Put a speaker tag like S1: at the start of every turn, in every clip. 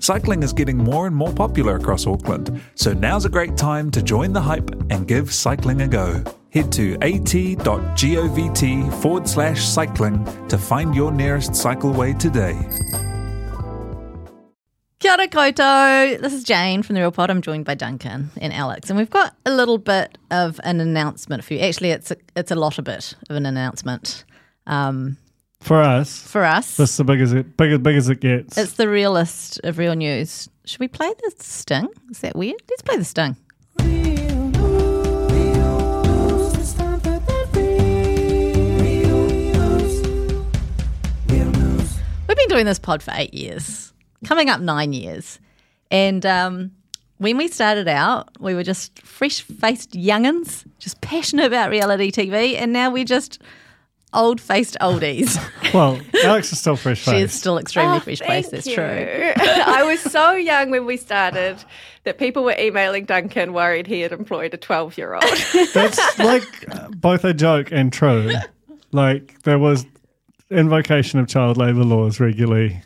S1: Cycling is getting more and more popular across Auckland, so now's a great time to join the hype and give cycling a go. Head to at.govt forward slash cycling to find your nearest cycleway today.
S2: Kia ora koutou. This is Jane from The Real Pod. I'm joined by Duncan and Alex, and we've got a little bit of an announcement for you. Actually, it's a, it's a lot a bit of an announcement um,
S3: For us,
S2: for us.
S3: this is the biggest, it, big, as big as it gets.
S2: it's the realest of real news. Should we play the sting? Is that weird? Let's play the sting. We've been doing this pod for eight years, coming up nine years. And um, when we started out, we were just fresh faced youngins, just passionate about reality TV. And now we're just old faced oldies.
S3: well, Alex is still fresh
S2: She's
S3: faced.
S2: still extremely
S4: Oh,
S2: fresh
S4: thank
S2: faced, that's
S4: you.
S2: true.
S4: I was so young when we started that people were emailing Duncan worried he had employed a 12 year old.
S3: That's like uh, both a joke and true. Like there was invocation of child labour laws regularly.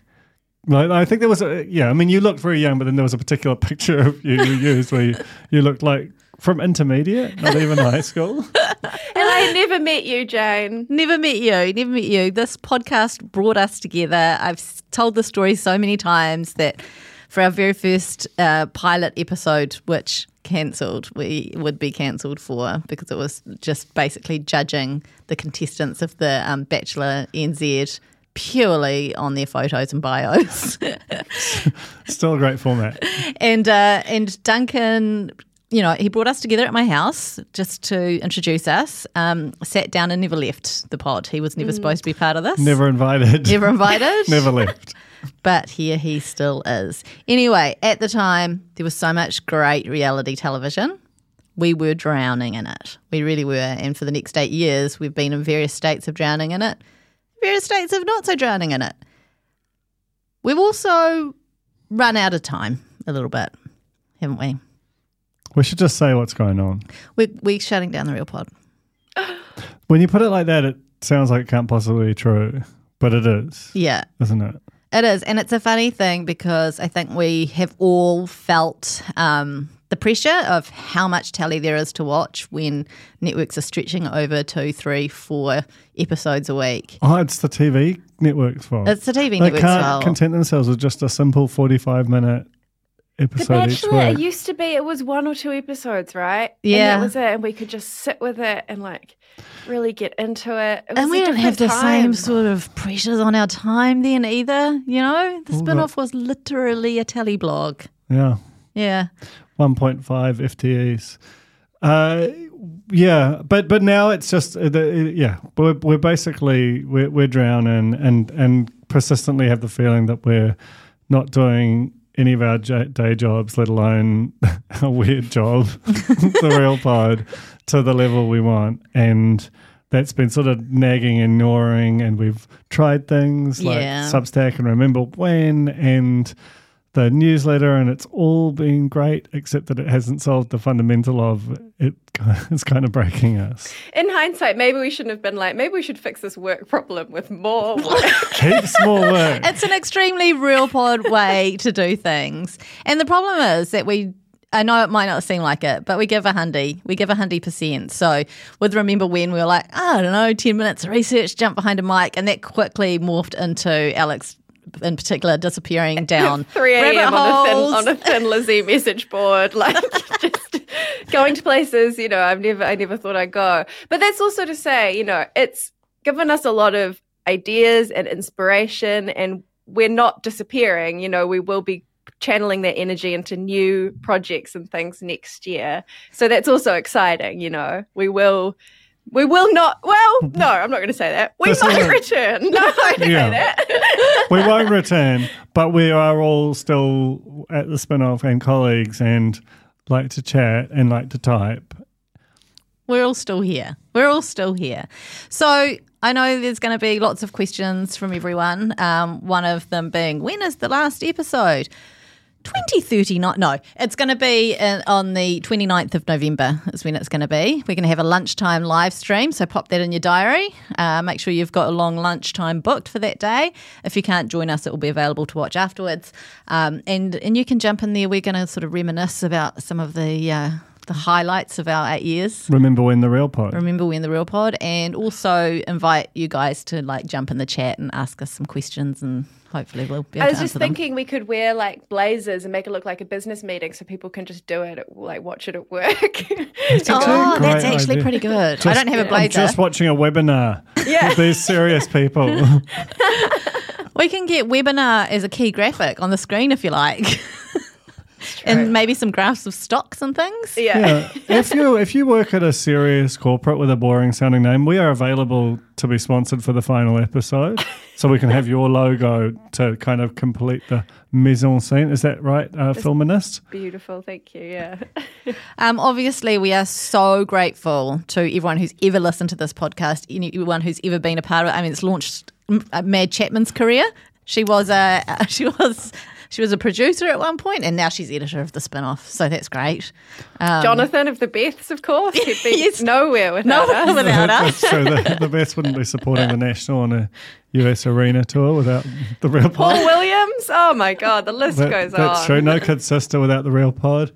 S3: Like, I think there was a yeah. I mean, you looked very young, but then there was a particular picture of you you used where you, you looked like from intermediate, not even high school.
S4: and I never met you, Jane.
S2: Never met you. Never met you. This podcast brought us together. I've s- told the story so many times that for our very first uh, pilot episode, which cancelled, we would be cancelled for because it was just basically judging the contestants of the um, Bachelor NZ purely on their photos and bios.
S3: Still a great format.
S2: and uh, and Duncan, you know, he brought us together at my house just to introduce us. Um, sat down and never left the pod. He was never supposed to be part of this.
S3: Never invited.
S2: Never invited.
S3: Never left.
S2: But here he still is. Anyway, at the time, there was so much great reality television. We were drowning in it. We really were. And for the next eight years, we've been in various states of drowning in it, various states of not so drowning in it. We've also run out of time a little bit, haven't we?
S3: We should just say what's going on.
S2: We're, we're shutting down the real pod.
S3: When you put it like that, it sounds like it can't possibly be true, but it is,
S2: Yeah.
S3: isn't it?
S2: It is, and it's a funny thing because I think we have all felt um, the pressure of how much telly there is to watch when networks are stretching over two, three, four episodes a week.
S3: Oh, it's the TV network's fault.
S2: It's the TV
S3: they
S2: network's
S3: can't
S2: fault.
S3: content themselves with just a simple forty-five minute
S4: The
S3: episode each
S4: Bachelor,
S3: week.
S4: it used to be, it was one or two episodes, right?
S2: Yeah.
S4: And that was it. And we could just sit with it and like really get into it. it was
S2: and
S4: a
S2: we don't have the
S4: different time.
S2: same sort of pressures on our time then either. You know, the
S3: All
S2: spin off
S3: that-
S2: was literally a telly blog.
S3: yeah,
S2: Yeah.
S3: one point five FTEs. Uh, yeah, but but now it's just uh, the, uh, yeah, we're, we're basically we're, we're drowning and and persistently have the feeling that we're not doing any of our j- day jobs, let alone a weird job, the real pod, to the level we want, and that's been sort of nagging and gnawing, and we've tried things like
S2: Yeah.
S3: Substack and Remember When and the newsletter and it's all been great except that it hasn't solved the fundamental of it it's kind of breaking us
S4: In hindsight, maybe we shouldn't have been like, maybe we should fix this work problem with more work.
S3: keeps more work
S2: It's an extremely real pod way to do things. And the problem is that we, I know it might not seem like it, but we give a hundy. We give a hundy percent. So with Remember When, we were like, I don't know, 10 minutes of research, jump behind a mic. And that quickly morphed into Alex in particular disappearing down
S4: 3 a.m.
S2: rabbit
S4: On, a
S2: holes.
S4: thin- on a thin Lizzie message board, like just going to places, you know, I've never, I never thought I'd go. But that's also to say, you know, it's given us a lot of ideas and inspiration and we're not disappearing you know we will be channeling that energy into new projects and things next year so that's also exciting you know we will we will not well no i'm not going to say that we
S3: That's
S4: might
S3: all right.
S4: return no i don't
S3: Yeah.
S4: say that
S3: we won't return, but we are all still at the spin off and colleagues and like to chat and like to type.
S2: We're all still here. We're all still here. So I know there's going to be lots of questions from everyone. Um, one of them being, when is the last episode? 2039. No, it's going to be uh, on the 29th of November, is when it's going to be. We're going to have a lunchtime live stream. So pop that in your diary. Uh, make sure you've got a long lunchtime booked for that day. If you can't join us, it will be available to watch afterwards. Um, and, and you can jump in there. We're going to sort of reminisce about some of the. Uh, the highlights of our eight years
S3: Remember when the real pod?
S2: remember we're in the real pod and also invite you guys to like jump in the chat and ask us some questions and hopefully we'll be able
S4: I was
S2: to
S4: just
S2: answer
S4: thinking we could wear like blazers and make it look like a business meeting so people can just do it, at- like watch it at work.
S2: them.
S3: actually
S2: Oh,
S3: a
S2: that's
S3: great
S2: actually
S3: idea.
S2: pretty good. I don't have a
S3: I'm
S2: blazer.
S3: just watching a webinar
S4: yeah.
S3: with these serious people.
S2: we can get webinar as a key graphic on the screen if you like. and maybe some graphs of stocks and things.
S4: yeah.
S3: yeah. Uh, If you if you work at a serious corporate with a boring sounding name, we are available to be sponsored for the final episode, so we can have your logo to kind of complete the mise en scene. Is that right, uh, filminist?
S4: Beautiful. Thank you. Yeah.
S2: Um, obviously, we are so grateful to everyone who's ever listened to this podcast, anyone who's ever been a part of it. I mean, it's launched mm, uh, Mad Chapman's career. She was a uh, she was she was a producer at one point, and now she's editor of the spin-off. So that's great. Um,
S4: Jonathan of the Beths, of course. He'd be
S2: Yes.
S4: nowhere without
S2: No one
S4: us.
S2: without us.
S3: That's true. The, the best wouldn't be supporting the national on a US arena tour without the real pod.
S4: Paul Williams. Oh my God. The list
S3: That-
S4: goes
S3: that's
S4: on.
S3: true. No kid sister without the real pod.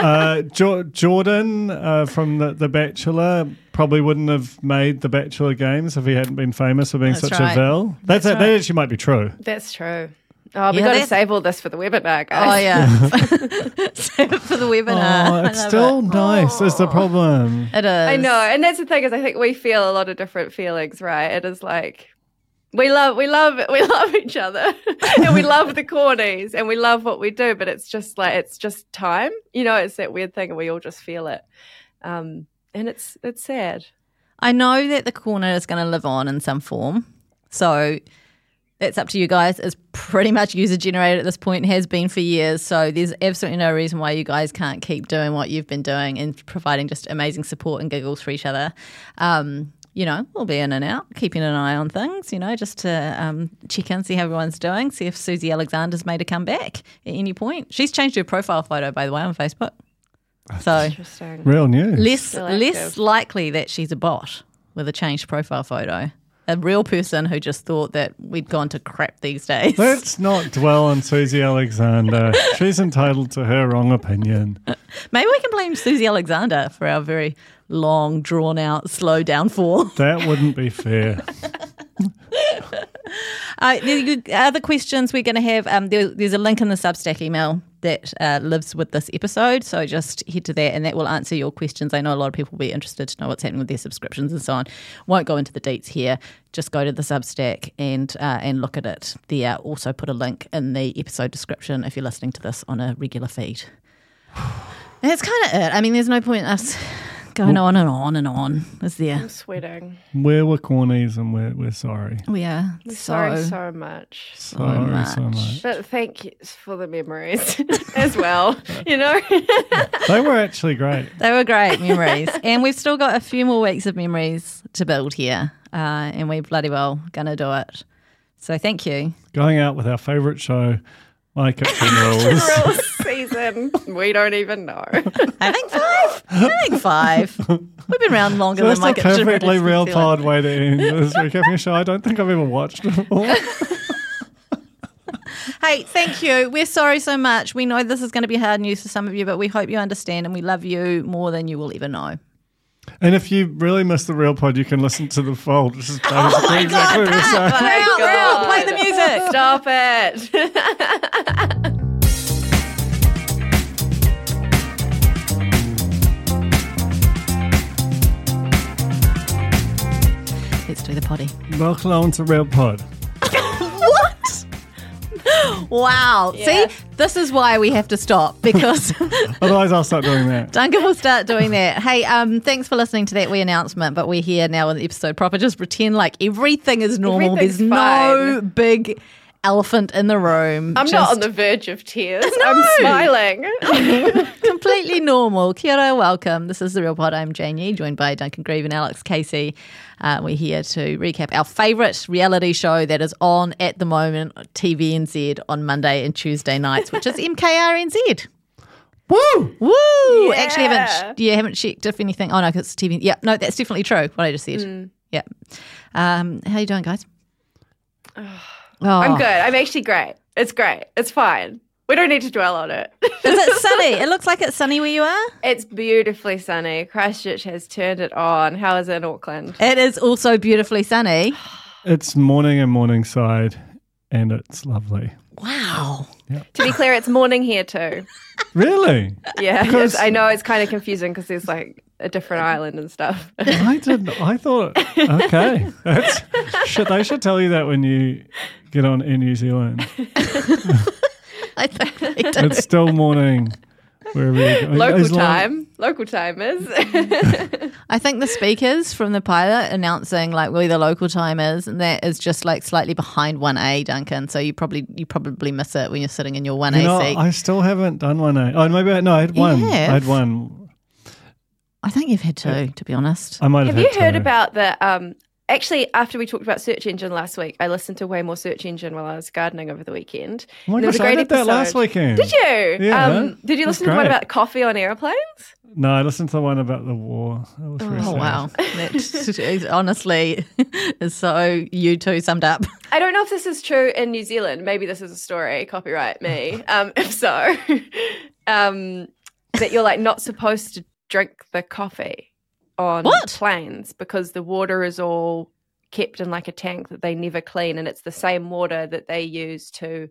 S3: Uh, jo- Jordan uh, from the, the Bachelor probably wouldn't have made the Bachelor games if he hadn't been famous for being
S2: That's
S3: such
S2: right.
S3: a vil. That's, a- that actually might be true.
S4: That's true. Oh, we
S2: Yeah,
S4: got to
S2: that's-
S4: save all this for the webinar,
S2: Oh
S4: guys.
S2: yeah, Save it for the webinar.
S3: oh,
S2: I
S3: it's
S2: love
S3: still
S2: it.
S3: nice. Is the problem?
S2: It is.
S4: I know. And that's the thing is I think we feel a lot of different feelings, right? It is like we love we love we love each other and we love the cornies and we love what we do, but it's just like it's just time. You know, it's that weird thing and we all just feel it. Um and it's it's sad.
S2: I know that the corner is going to live on in some form. So it's up to you guys. It's pretty much user generated at this point, has been for years. So there's absolutely no reason why you guys can't keep doing what you've been doing and providing just amazing support and giggles for each other. Um, you know, we'll be in and out, keeping an eye on things, you know, just to um, check in, see how everyone's doing, see if Susie Alexander's made a comeback at any point. She's changed her profile photo, by the way, on Facebook. So
S4: Interesting.
S3: Real news.
S2: less
S4: Still
S2: less
S4: active.
S2: likely that she's a bot with a changed profile photo. A real person who just thought that we'd gone to crap these days.
S3: Let's not dwell on Susie Alexander. She's entitled to her wrong opinion.
S2: Maybe we can blame Susie Alexander for our very long, drawn out, slow downfall.
S3: That wouldn't be fair.
S2: Uh, the the other questions we're going to have, um, there, there's a link in the Substack email that uh, lives with this episode. So just head to that and that will answer your questions. I know a lot of people will be interested to know what's happening with their subscriptions and so on. Won't go into the deets here. Just go to the Substack and, uh, and look at it there. Also put a link in the episode description if you're listening to this on a regular feed. That's kind of it. I mean, there's no point in us going on and on and on, is there?
S4: Sweating.
S3: We're we're cornies and we're, we're sorry.
S2: We are so,
S4: Sorry so much.
S3: Sorry so
S2: much.
S3: much.
S4: But thank you for the memories as well. You know?
S3: They were actually great.
S2: They were great memories. and we've still got a few more weeks of memories to build here. Uh, and we're bloody well going to do it. So thank you.
S3: Going out with our favourite show, My Kitchen Rules.
S4: Real season. We don't even know.
S2: I think five. I think five. We've been around longer
S3: That's
S2: than my
S3: the
S2: kitchen
S3: perfectly
S2: rotates
S3: real
S2: New
S3: pod
S2: Zealand.
S3: way to end this recapping show. I don't think I've ever watched it before.
S2: Hey, thank you. We're sorry so much. We know this is going to be hard news for some of you, but we hope you understand and we love you more than you will ever know.
S3: and if you really miss the real pod, you can listen to the fold. Which is oh my exactly the same.
S2: Real, real, play the
S4: Oh God.
S2: music.
S4: Stop it.
S2: Let's do the potty.
S3: Welcome along to Real Pod.
S2: what? Wow.
S4: Yeah.
S2: See, this is why we have to stop because
S3: Otherwise, I'll start doing that.
S2: Duncan will start doing that. Hey, um, thanks for listening to that wee announcement, but we're here now in the episode proper. Just pretend like everything is normal. There's
S4: Everything's
S2: no big elephant in the room.
S4: I'm
S2: Just
S4: not on the verge of tears. I'm smiling.
S2: completely normal. Kia ora, welcome. This is The Real Pod. I'm Jane Yee, joined by Duncan Grieve and Alex Casey. Uh, we're here to recap our favourite reality show that is on at the moment, TVNZ, on Monday and Tuesday nights, which is MKRNZ.
S3: Woo!
S2: Woo! Actually, I
S4: Yeah.
S2: haven't yeah haven't checked if anything. Oh no, 'cause it's TV. Yeah, no, that's definitely true. What I just said.
S4: Mm.
S2: Yeah. Um, how you doing, guys? Oh.
S4: I'm good. I'm actually great. It's great. It's fine. We don't need to dwell on it.
S2: Is it sunny? It looks like it's sunny where you are.
S4: it's beautifully sunny. Christchurch has turned it on. How is it in Auckland?
S2: It is also beautifully sunny.
S3: It's morning in Morningside, and it's lovely.
S2: Wow.
S4: To be clear, it's morning here too.
S3: Really?
S4: Yeah,
S3: Because-
S4: it's- I know it's kind of confusing because there's like a different island and stuff.
S3: I didn't. I thought. Okay. That's, shit, they should tell you that when you get on in New Zealand.
S2: I think they do.
S3: It's still morning. Wherever you go.
S4: local
S3: As long-
S4: time, local time is.
S2: I think the speakers from the pilot announcing like where the local time is, and that is just like slightly behind one A, Duncan. So you probably you probably miss it when you're sitting in your one
S3: You
S2: A
S3: know,
S2: seat.
S3: I still haven't done one. eh? Oh, maybe I, no, I had
S2: You
S3: one.
S2: have?
S3: I had one.
S2: I think you've had two, to be honest.
S3: I might have.
S4: Have you
S3: had
S4: heard
S3: two.
S4: about the? Um, actually, after we talked about search engine last week, I listened to way more search engine while I was gardening over the weekend.
S3: Oh my
S4: There was
S3: gosh,
S4: a
S3: I
S4: great
S3: did that last
S4: episode.
S3: weekend.
S4: Did you?
S3: Yeah,
S4: Um, did you
S3: that's
S4: listen to the one
S3: great.
S4: about coffee on airplanes?
S3: No, I listened to the one about the war. That was very
S2: Oh
S3: sad.
S2: wow, that is- honestly is so you two summed up.
S4: I don't know if this is true in New Zealand. Maybe this is a story. Copyright me. Um, if so, um, that you're like not supposed to drink the coffee on
S2: What?
S4: planes because the water is all kept in like a tank that they never clean, and it's the same water that they use to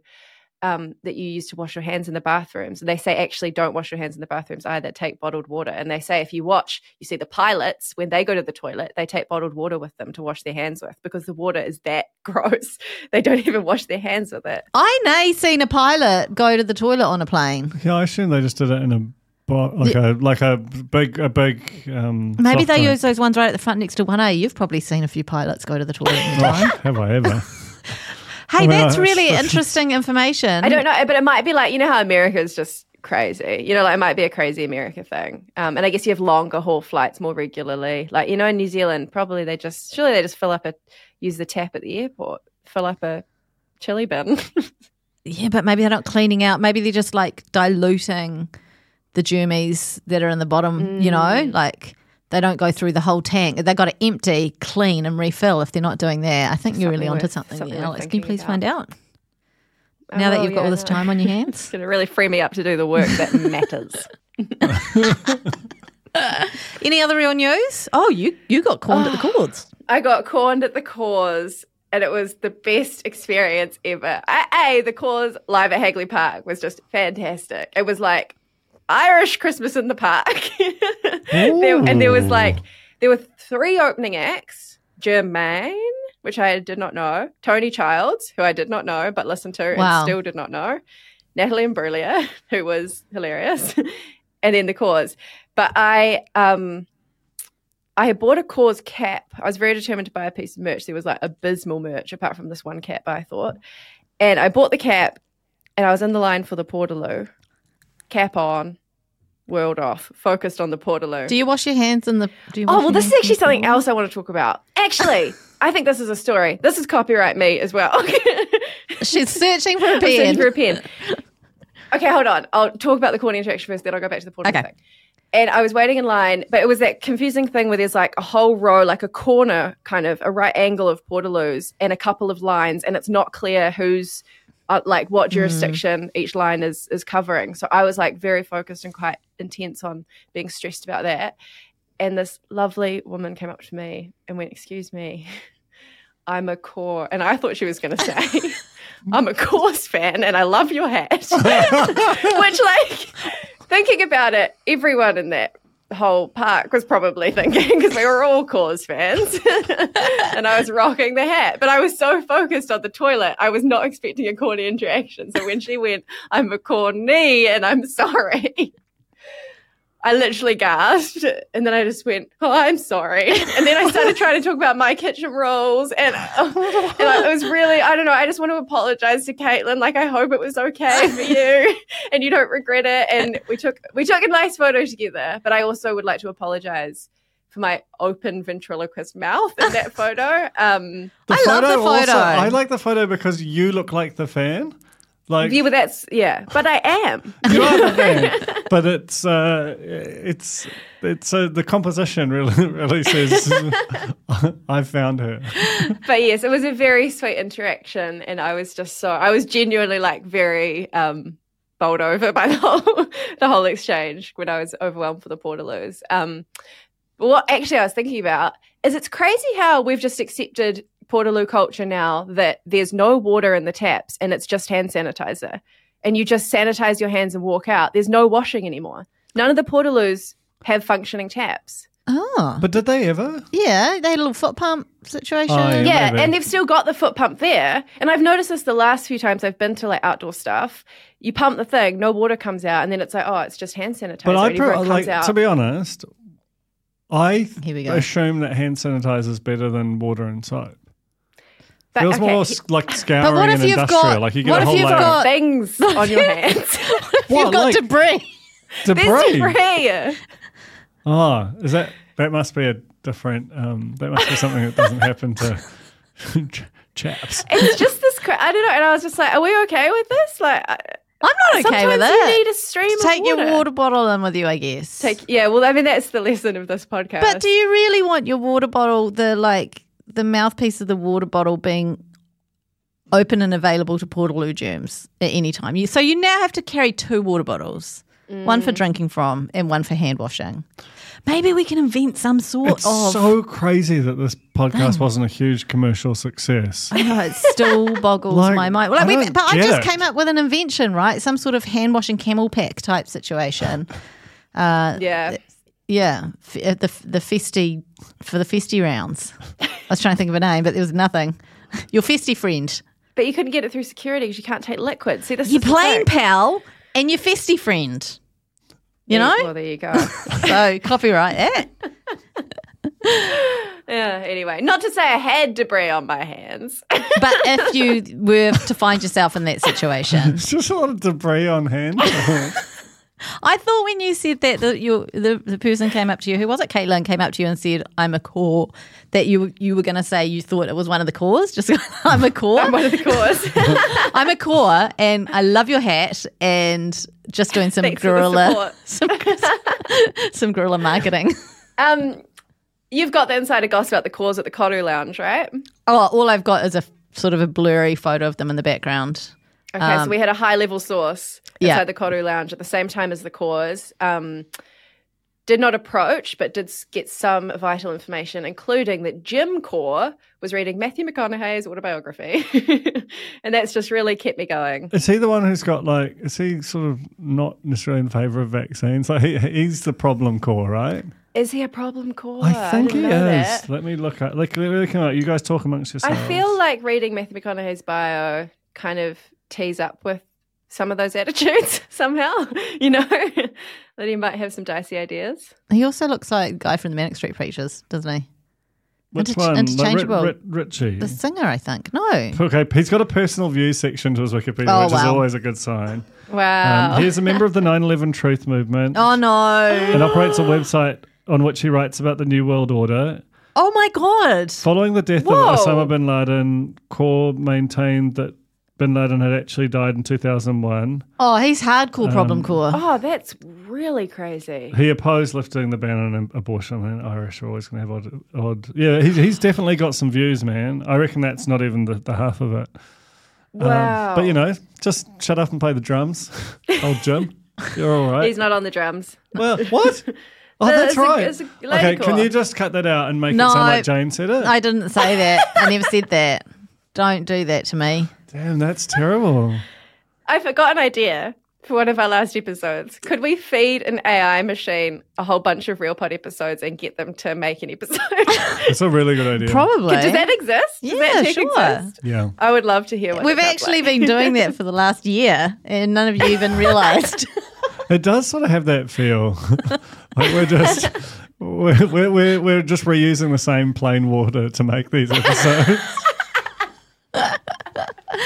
S4: um, that you use to wash your hands in the bathrooms. And they say actually don't wash your hands in the bathrooms either. Take bottled water. And they say if you watch, you see the pilots when they go to the toilet, they take bottled water with them to wash their hands with because the water is that gross. They don't even wash their hands with it.
S2: I nay seen a pilot go to the toilet on a plane.
S3: Yeah, I assume they just did it in a bo- like a like a big a big. Um,
S2: Maybe
S3: soft
S2: they
S3: drink.
S2: use those ones right at the front next to one A. You've probably seen a few pilots go to the toilet. in their life.
S3: Oh, have I ever?
S2: hey,
S3: Well,
S2: that's
S3: that's-
S2: really
S3: that's-
S2: interesting information.
S4: I don't know, but it might be like you know how America is just crazy. You know, like it might be a crazy America thing. Um, and I guess you have longer haul flights more regularly. Like you know, in New Zealand, probably they just surely they just fill up a use the tap at the airport, fill up a chili bin.
S2: Yeah, but maybe they're not cleaning out. Maybe they're just like diluting the germies that are in the bottom, you
S4: Mm.
S2: know? Like they don't go through the whole tank. They've got to empty, clean, and refill if they're not doing that. I think you're really
S4: Something
S2: onto
S4: worth-
S2: something,
S4: something
S2: there,
S4: worth
S2: Alex. Can you
S4: thinking
S2: please
S4: about.
S2: find out
S4: I
S2: now that
S4: will,
S2: you've got
S4: yeah,
S2: all this
S4: no.
S2: time on your
S4: It's
S2: hands?
S4: going to really free me up to do the work that matters.
S2: Any other real news? Oh, you you got corned
S4: Ah.
S2: at the cords.
S4: I got corned at the cause. And it was the best experience ever. I, A, the cause live at Hagley Park was just fantastic. It was like Irish Christmas in the park. there, and there was like, there were three opening acts Jermaine, which I did not know, Tony Childs, who I did not know but listened to
S2: Wow.
S4: and still did not know, Natalie Imbruglia, who was hilarious, and then the cause. But I, um, I had bought a cause cap. I was very determined to buy a piece of merch. There was like abysmal merch apart from this one cap, I thought. And I bought the cap and I was in the line for the Portaloo. Cap on, world off, focused on the Portaloo.
S2: Do you wash your hands in the? Do you
S4: oh,
S2: wash
S4: well,
S2: your
S4: this is
S2: hands in
S4: actually
S2: the
S4: something
S2: toilet?
S4: else I want to talk about. Actually, I think this is a story. This is copyright me as well.
S2: She's searching for a
S4: I'm searching
S2: pen.
S4: for a pen. Okay, hold on. I'll talk about the corny interaction first, then I'll go back to the portal
S2: Okay.
S4: thing. And I was waiting in line, but it was that confusing thing where there's like a whole row, like a corner kind of, a right angle of Portaloos and a couple of lines, and it's not clear who's uh, like what jurisdiction each line is is covering. So I was like very focused and quite intense on being stressed about that. And this lovely woman came up to me and went, "Excuse me, I'm a core," and I thought she was going to say. I'm a course fan and I love your hat. Which, like, thinking about it, everyone in that whole park was probably thinking because we were all cause fans and i was rocking the hat but i was so focused on the toilet i was not expecting a corny interaction so when she went i'm a corny and i'm sorry i literally gasped and then i just went oh i'm sorry and then i started trying to talk about my kitchen rolls and, and I, it was really i don't know i just want to apologize to caitlin like i hope it was okay for you and you don't regret it. And we took we took a nice photo together. But I also would like to apologize for my open ventriloquist mouth in that photo. Um,
S3: The
S2: I love the photo.
S3: I like the photo because you look like the fan. Like
S4: yeah, but that's yeah. But I am.
S3: you are the fan, but it's uh, it's it's uh, the composition really really says I found her.
S4: But yes, it was a very sweet interaction, and I was just so I was genuinely like very um bowled over by the whole the whole exchange when I was overwhelmed for the Portaloos. Um, but what actually I was thinking about is it's crazy how we've just accepted Portaloo culture now that there's no water in the taps and it's just hand sanitizer, and you just sanitize your hands and walk out. There's no washing anymore. None of the Portaloos have functioning taps.
S2: Oh.
S3: But did they ever?
S2: Yeah, they had a little foot pump situation.
S3: Oh, yeah.
S4: Yeah,
S3: maybe.
S4: and they've still got the foot pump there. And I've noticed this the last few times I've been to like outdoor stuff. You pump the thing, no water comes out, and then it's like, oh, it's just hand sanitizer.
S3: But I
S4: and everyone
S3: pro-
S4: comes
S3: like
S4: out.
S3: to be honest, I th-
S2: Here we go.
S3: assume that hand sanitizer is better than water and soap.
S4: But,
S3: Feels
S4: okay,
S3: more s- like scouring
S2: what if
S3: and
S2: you've
S3: industrial.
S2: got-
S3: like you get
S2: what
S3: a
S2: if
S3: whole
S2: you've
S3: layer
S2: got-
S3: of
S4: things on your hands.
S3: What,
S2: You've got
S3: like
S2: debris.
S4: There's
S3: debris.
S4: debris.
S3: Oh, is that that must be a different? Um, that must be something that doesn't happen to ch- chaps.
S4: It's just this. Cra- I don't know. And I was just like, are we okay with this? Like, I-
S2: I'm not okay
S4: sometimes
S2: with
S4: you
S2: it.
S4: need a stream. of
S2: Take your water bottle in with you, I guess.
S4: Take- yeah. Well, I mean, that's the lesson of this podcast.
S2: But do you really want your water bottle, the like the mouthpiece of the water bottle being open and available to portaloo germs at any time? You, so you now have to carry two water bottles. One
S4: Mm.
S2: for drinking from and one for hand washing. Maybe we can invent some sort
S3: It's
S2: of
S3: so crazy that this podcast wasn't a huge commercial success.
S2: I know, it still boggles
S3: Like,
S2: my mind. Well,
S3: I
S2: like, we,
S3: don't
S2: but I
S3: get
S2: just
S3: it.
S2: came up with an invention, right? Some sort of hand washing camel pack type situation. Uh,
S4: yeah.
S2: yeah, f- uh, the f- the festy for the festy rounds. I was trying to think of a name, but there was nothing. Your festy friend,
S4: But you couldn't get it through security because you can't take liquid. See, this
S2: your
S4: is the
S2: plain
S4: thing.
S2: pal, and your festy friend. You
S4: Yeah,
S2: know,
S4: Well, there you go.
S2: so copyright eh? that.
S4: yeah. Anyway, not to say I had debris on my hands.
S2: But if you were to find yourself in that situation,
S3: It's just a lot of debris on hand.
S2: I thought when you said that that you the, the person came up to you, who was it? Caitlin came up to you and said, "I'm a core." That you you were going to say you thought it was one of the cores. Just I'm a core.
S4: one of the cores.
S2: I'm a core, and I love your hat, and just doing some
S4: Thanks for the
S2: guerrilla, some, some guerrilla marketing.
S4: Um, you've got the insider gossip about the cause at the Koru Lounge, right?
S2: Oh, all I've got is a sort of a blurry photo of them in the background.
S4: Okay,
S3: Um,
S4: so we had a high level source
S2: Yeah.
S4: inside the Koru Lounge at the same time as the cause. Um, did not approach, but did s- get some vital information, including that Jim Core was reading Matthew McConaughey's autobiography, and that's just really kept me going.
S3: is he the one who's got like? Is he sort of not necessarily in favour of vaccines? Like he, he's the problem core, right?
S4: Is he a problem core?
S3: I think
S4: Oh, didn't
S3: he is.
S4: know that.
S3: Let me look at. Like, let me look him up. You guys talk amongst
S4: I
S3: yourselves.
S4: feel like reading Matthew McConaughey's bio kind of tees up with some of those attitudes somehow, you know, that he might have some dicey ideas.
S2: He also looks like the guy from the Manic Street Preachers, doesn't he?
S3: which
S2: interch-
S3: one? Like, Ri-
S2: interchangeable.
S3: Ri- Richie.
S2: The singer, I think. No.
S3: Okay, he's got a personal view section to his Wikipedia,
S2: Oh,
S3: which is
S2: wow.
S3: always a good sign.
S4: Wow.
S3: Um, he's a member of the 9 11 Truth Movement
S2: Oh no.
S3: and operates a website on which he writes about the New World Order.
S2: Oh my god.
S3: Following the death
S4: Whoa.
S3: of Osama bin Laden, Core maintained that bin Laden had actually died in 2001.
S2: Oh, he's hardcore problem core.
S4: oh, that's really crazy.
S2: Um,
S3: He opposed lifting the ban on abortion, and Irish are always going to have odd. odd. Yeah, he's, he's definitely got some views, man. I reckon that's not even the, the half of it. Um,
S4: Wow.
S3: but you know, just shut up and play the drums, old Jim. You're all right.
S4: he's not on the drums.
S3: Well, what? Oh,
S4: No,
S3: that's
S4: it's a-
S3: right.
S4: it's a lady
S3: okay,
S4: call.
S3: can you just cut that out and make
S2: No,
S3: it sound like Jane said it?
S2: I didn't say that. I never said that. Don't do that to me.
S3: Damn, that's terrible.
S4: I forgot an idea. for one of our last episodes. Could we feed an AI machine a whole bunch of real pod episodes and get them to make an episode? Does
S3: It's a really good idea.
S2: Probably.
S4: that exist? Does
S2: Yeah,
S4: that tech
S2: sure.
S4: exist?
S3: Yeah.
S4: I would love to hear what
S2: We've
S4: it felt
S2: actually
S4: like.
S2: been doing that for the last year, and none of you even realised.
S3: It does sort of have that feel. like we're just we're, we're- we're, we're just reusing the same plain water to make these episodes.
S2: hey,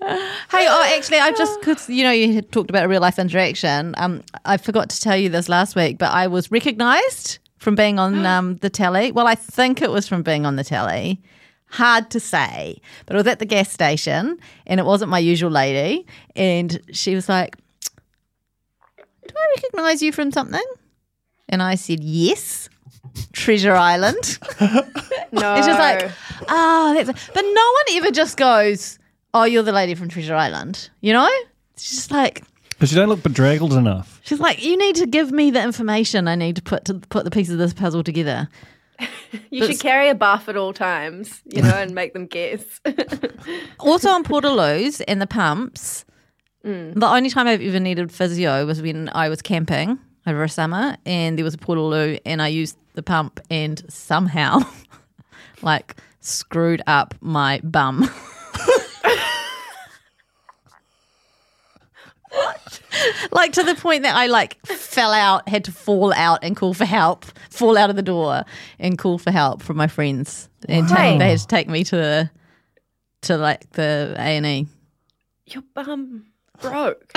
S2: oh, actually, I just because you know you had talked about real life interaction. Um, I forgot to tell you this last week, but I was recognised from being on um, the telly. Well, I think it was from being on the telly. Hard to say, but I was at the gas station, and it wasn't my usual lady, and she was like, "Do I recognise you from something?" And I said, "Yes." Treasure Island.
S4: No.
S2: It's just like, oh, that's, but no one ever just goes, oh, you're the lady from Treasure Island, you know? It's just like,
S3: Because you don't look bedraggled enough.
S2: she's like, you need to give me the information I need to put to put the pieces of this puzzle together.
S4: you should carry a buff at all times, you know, and make them guess.
S2: Also on Portaloos and the pumps, the only time I've ever needed physio was when I was camping over a summer and there was a Portaloo and I used the pump and somehow like screwed up my bum. like to the point that I like fell out, had to fall out and call for help, fall out of the door and call for help from my friends, and take, they had to take me to the to like the A and E.
S4: Your bum broke.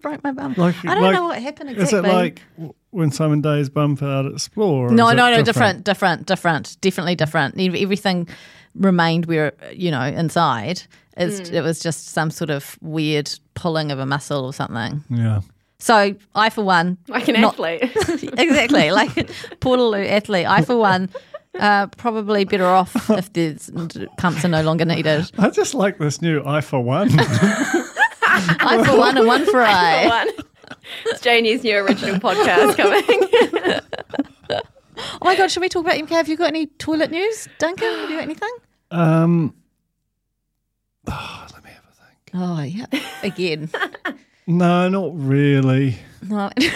S2: Broke my bum.
S3: Like-
S2: I don't
S3: like-
S2: know what happened
S3: Is
S2: exactly.
S3: it like w- when Simon Day's bum fell out at Explore? or
S2: no,
S3: is it
S2: no, no, different, different, different, definitely different. Ev- Everything remained where you know inside. It's, It was just some sort of weird pulling of a muscle or something.
S3: Yeah.
S2: So I, for one,
S4: Like an
S2: not-
S4: athlete.
S2: exactly. Like Portaloo athlete. I, for one, uh, probably better off if the pumps are no longer needed.
S3: I just like this new I for one.
S2: I, for one, and one for I.
S4: One. It's Janie's new original podcast coming.
S2: Oh my God, should we talk about MK? Have you got any toilet news, Duncan? Have you got anything?
S3: um,
S2: Oh, yeah. Again.
S3: no, not really.
S2: No. you,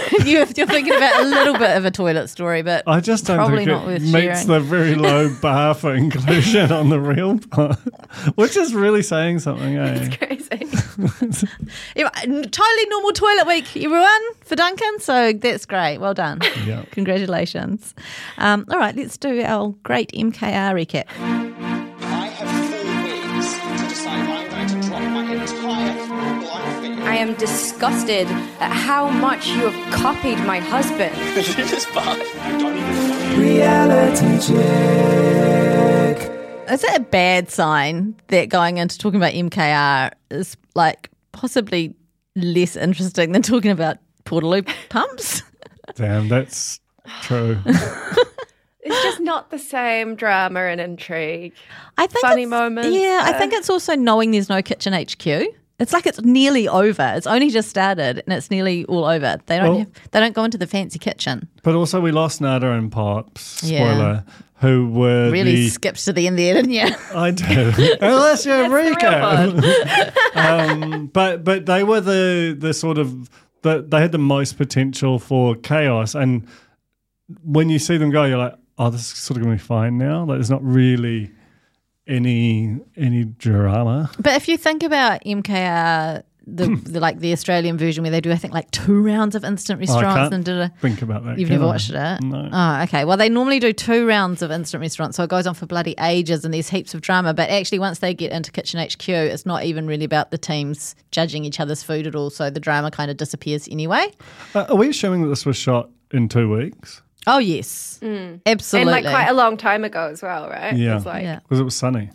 S2: you're thinking about a little bit of a toilet story, but
S3: I just don't
S2: Probably
S3: think
S2: not
S3: it
S2: worth
S3: meets
S2: sharing.
S3: the very low bar for inclusion on the real part, which is really saying something. Eh?
S4: Crazy.
S2: Yeah, totally normal toilet week, everyone, for Duncan. So that's great. Well done.
S3: Yeah.
S2: Congratulations. Um, all right, let's do our great MKR recap.
S5: I have four weeks to decide if I'm going to drop my entire life in.
S6: I am disgusted at how much you have copied my husband.
S2: Is it a bad sign that going into talking about MKR is like possibly less interesting than talking about Portaloop pumps?
S3: Damn, that's true.
S4: It's just not the same drama and intrigue.
S2: I think
S4: Funny
S2: it's-
S4: moments,
S2: Yeah, I
S4: uh,
S2: think it's also knowing there's no kitchen HQ. It's like it's nearly over. It's only just started and it's nearly all over. They don't
S3: Well-
S2: have, they don't go into the fancy kitchen.
S3: But also, we lost Nada and Pops.
S2: Yeah.
S3: Spoiler. Who were
S2: Really
S3: the
S2: skipped to the end there, didn't you?
S3: I did. Unless you're a
S4: real
S3: um, but but they were the the sort of the, they had the most potential for chaos, and when you see them go, you're like, oh, this is sort of going to be fine now. Like, there's not really any any drama.
S2: But if you think about MKR, the, the like the Australian version where they do, I think like two rounds of instant
S3: Oh, I
S2: restaurants
S3: can't
S2: and da, da,
S3: think about that.
S2: You've
S3: can
S2: never
S3: I?
S2: watched it?
S3: No.
S2: Oh, okay. Well, they normally do two rounds of instant restaurants, so it goes on for bloody ages, and there's heaps of drama. But actually, once they get into Kitchen HQ, it's not even really about the teams judging each other's food at all. So the drama kind of disappears anyway.
S3: Uh, are we assuming that this was shot in two weeks?
S2: Oh yes, absolutely.
S4: Mm. And like quite a long time ago as well, right?
S3: Yeah.
S4: It's like,
S2: yeah.
S3: Because it was sunny.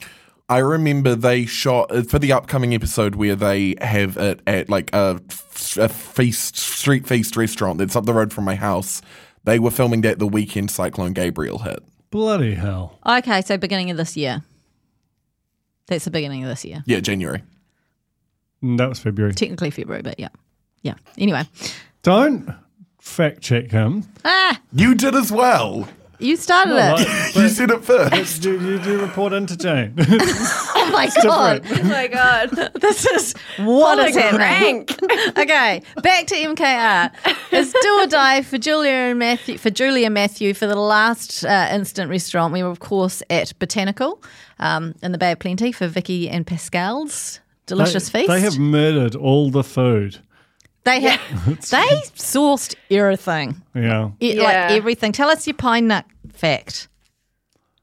S7: I remember they shot uh, for the upcoming episode where they have it at like a, f- a feast street feast restaurant that's up the road from my house. They were filming that the weekend Cyclone Gabriel hit.
S3: Bloody hell!
S2: Okay, so beginning of this year. That's the beginning of this year.
S7: Yeah, January.
S3: Mm, That was February.
S2: Technically February, but yeah, yeah. Anyway,
S3: Don't fact check him.
S2: ah,
S7: You did as well.
S2: you started it.
S3: Like,
S7: You said it first.
S3: you, you do report into Jane.
S2: my god.
S4: Oh my god.
S2: This is what is
S4: Holy
S2: happening. okay, back to MKR. It's do or die for Julia and Matthew. For Julia Matthew, for the last uh, instant restaurant, we were of course at Botanical um, in the Bay of Plenty for Vicky and Pascal's delicious
S3: they,
S2: feast.
S3: They have murdered all the food.
S2: They have. they sourced everything.
S3: Yeah.
S2: E-
S4: Yeah.
S2: Like everything. Tell us your pine nut fact.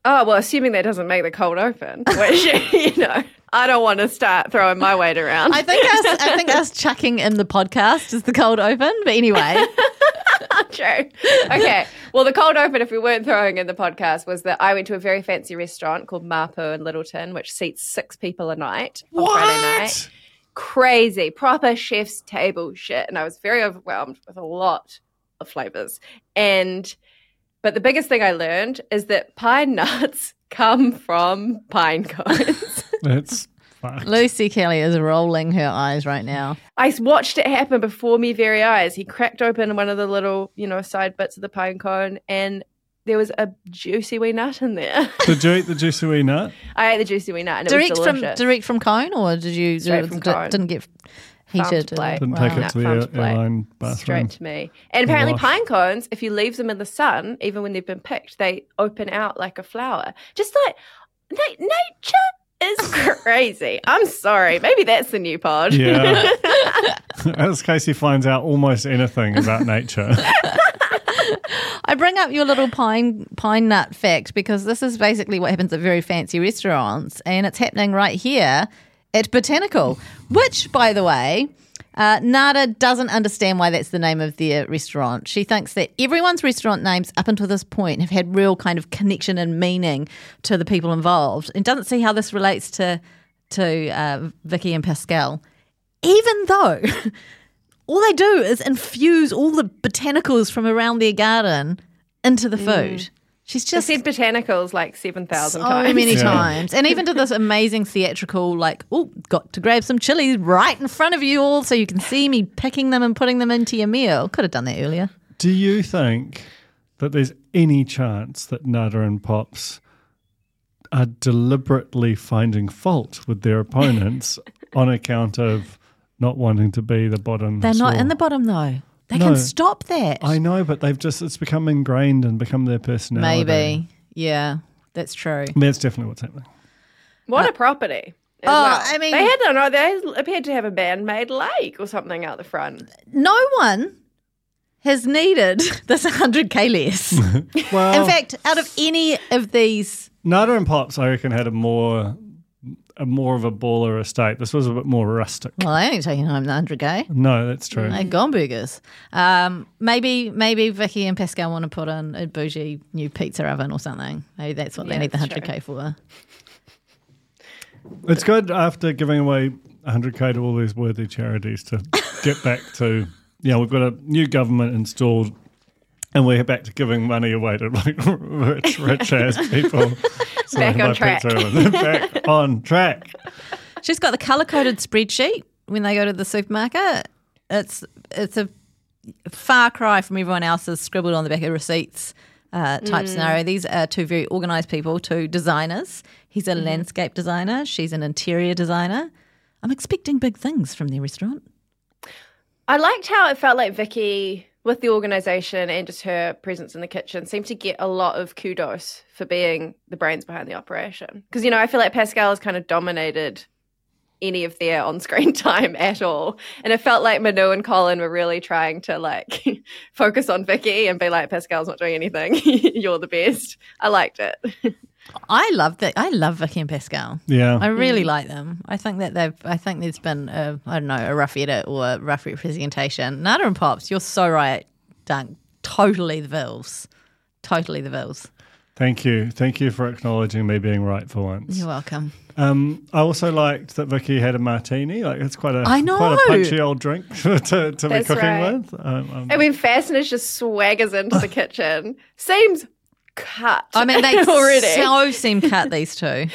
S4: Oh well, assuming that doesn't make the cold open, which you know, I don't want to start throwing my weight around.
S2: I think us, I think us chucking in the podcast is the cold open. But anyway,
S4: True. Okay. Well, the cold open, if we weren't throwing in the podcast, was that I went to a very fancy restaurant called Mapu in Littleton, which seats six people a night on Friday night. Crazy, proper chef's table shit, and I was very overwhelmed with a lot of flavors. And but the biggest thing I learned is that pine nuts come from pine cones.
S3: That's fucked.
S2: Lucy Kelly is rolling her eyes right now.
S4: I watched it happen before me very eyes. He cracked open one of the little, you know, side bits of the pine cone and there was a juicy wee nut in there.
S3: Did you eat the juicy wee nut?
S4: I ate the juicy wee nut and it
S2: direct
S4: was
S2: from
S4: delicious.
S2: direct from cone, or did you
S4: Straight
S2: did,
S4: from Cone.
S2: didn't get
S4: Farm to
S2: heated?
S4: plate.
S3: Didn't
S2: Wow.
S3: take it to the
S4: Farm
S3: air,
S4: to plate.
S3: airline bathroom.
S4: Straight to me. And apparently
S3: wash.
S4: pine cones, if you leave them in the sun, even when they've been picked, they open out like a flower. Just like na- nature is crazy. I'm sorry. Maybe that's the new pod.
S3: Yeah. As Casey finds out almost anything about nature.
S2: I bring up your little pine pine nut fact because this is basically what happens at very fancy restaurants, and it's happening right here at Botanical, which, by the way. Uh, Nada doesn't understand why that's the name of their restaurant. She thinks that everyone's restaurant names up until this point have had real kind of connection and meaning to the people involved, and doesn't see how this relates to to uh, Vicky and Pascal. Even though all they do is infuse all the botanicals from around their garden into the food. She's
S4: I
S2: just
S4: said botanicals like 7,000
S2: so
S4: times.
S2: Oh, many
S3: Oh, Yeah.
S2: times, and even to this amazing theatrical, like, oh, got to grab some chilies right in front of you all, so you can see me picking them and putting them into your meal. Could have done that earlier.
S3: Do you think that there's any chance that Nada and Pops are deliberately finding fault with their opponents on account of not wanting to be the bottom?
S2: They're not
S3: sore?
S2: in the bottom though. They
S3: No.
S2: can stop that.
S3: I know, but they've just, it's become ingrained and become their personality.
S2: Maybe, yeah, that's true.
S3: I mean, that's definitely what's happening.
S4: What a property. as
S2: Uh, Oh,
S4: well.
S2: I mean-
S4: they had no, no, they appeared to have a man-made lake or something out the front.
S2: No one has needed this 100k less.
S3: Well,
S2: In fact, out of any of these,
S3: Nada and Pops, I reckon, had a more. A more of a baller estate. This was a bit more rustic.
S2: well, they ain't taking home the 100k.
S3: No, that's true.
S2: They've gone burgers. Um, maybe maybe Vicky and Pascal want to put on a bougie new pizza oven or something. Maybe that's what they need the 100k for.
S3: It's good after giving away 100k to all these worthy charities to get back to, you know, we've got a new government installed and we're back to giving money away to like rich, rich ass people. So
S4: Back
S3: my
S4: on track.
S3: pizza oven- back on track.
S2: She's got the color coded spreadsheet when they go to the supermarket. It's it's a far cry from everyone else's scribbled on the back of receipts uh, type scenario. These are two very organized people, two designers. He's a landscape designer. She's an interior designer. I'm expecting big things from their restaurant.
S4: I liked how it felt like Vicky, with the organisation and just her presence in the kitchen, seemed to get a lot of kudos for being the brains behind the operation. Because you know, I feel like Pascal has kind of dominated any of their on-screen time at all, and it felt like Manu and Colin were really trying to like focus on Vicky and be like, Pascal's not doing anything. You're the best. I liked it.
S2: I love that. I love Vicky and Pascal. I
S3: Yeah.
S2: really like them. I think that they've. I think there's been a, I don't know a rough edit or a rough representation. Nada and Pops, you're so right, Dunk. Totally the Vilves. Totally the Vilves.
S3: Thank you. Thank you for acknowledging me being right for once.
S2: You're welcome.
S3: Um, I also liked that Vicky had a martini. Like, it's quite a,
S2: I
S3: quite
S2: know.
S3: a punchy old drink to, to be
S4: That's
S3: cooking
S4: right.
S3: with. Um, um,
S4: And when Fasteners just swaggers into the kitchen, seems cut.
S2: I mean, they
S4: already.
S2: so seem cut these two.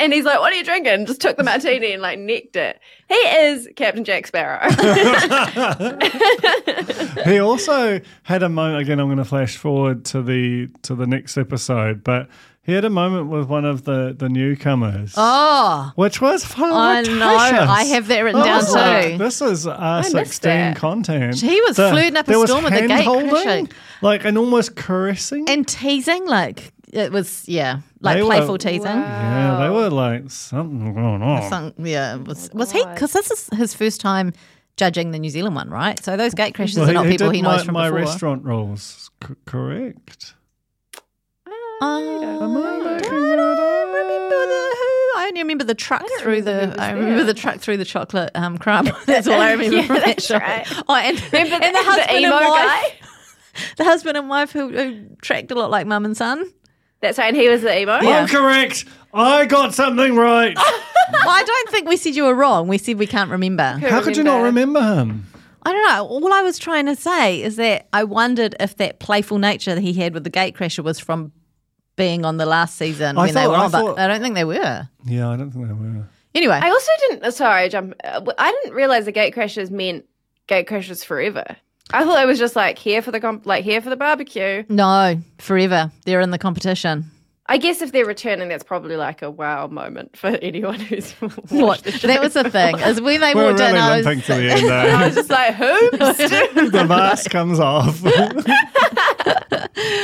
S4: and he's like, "What are you drinking?" Just took the martini and like necked it. He is Captain Jack Sparrow.
S3: he also had a moment again i'm going to flash forward to the to the next episode but He had a moment with one of the, the newcomers.
S2: Oh,
S3: Which was fucking
S2: I know. I have that written down
S3: was like,
S2: too.
S3: this is R
S4: missed
S3: sixteen
S4: that.
S3: content.
S2: He was flirting up a
S3: there was
S2: storm with the gate
S3: hand-holding,
S2: crashing.
S3: like and almost caressing.
S2: and teasing, like it was, yeah, like
S3: They were-
S2: playful teasing.
S3: yeah, they were like something going on.
S2: Some- yeah, it was was he? Because this is his first time judging the New Zealand one, right? So those gate crashes
S3: Well,
S2: are not people
S3: did
S2: he knows
S3: my,
S2: from
S3: my
S2: before.
S3: restaurant rules c- correct.
S2: Oh,
S3: Am I making that
S2: remember
S3: up?
S2: the who? I only remember the truck through the. I remember the truck through the chocolate um, crumb. That's all I remember
S4: Yeah,
S2: from that
S4: that's
S2: show.
S4: right.
S2: Oh, and,
S4: Remember
S2: and the
S4: the- the
S2: husband
S4: emo
S2: and
S4: guy?
S2: wife. The husband and wife who, who tracked a lot like mum and son.
S4: That's right. And he was the emo.
S2: Yeah.
S3: I'm correct. I got something right.
S2: Well, I don't think we said you were wrong. We said we can't remember.
S3: How could you not remember him?
S2: I don't know. All I was trying to say is that I wondered if that playful nature that he had with the gatecrasher was from being on the last season
S3: I
S2: when they
S3: thought-
S2: were
S3: I
S2: on,
S3: thought-
S2: but I don't think they were.
S3: Yeah, I don't think they were.
S2: Anyway,
S4: I also didn't. uh, Sorry, jump. uh, I didn't realize the gate crashers meant gate crashers forever. I thought it was just like here for the comp, like here for the barbecue.
S2: no, forever. They're in the competition.
S4: I guess if they're returning, that's probably like a wow moment for anyone who's watched
S2: What?
S4: The show.
S2: That was the thing. Is when they
S3: We're
S2: walked in,
S3: really
S2: I
S3: limping
S2: was.
S3: to the end
S4: I
S3: though.
S4: was just like, who?
S3: the mask comes off.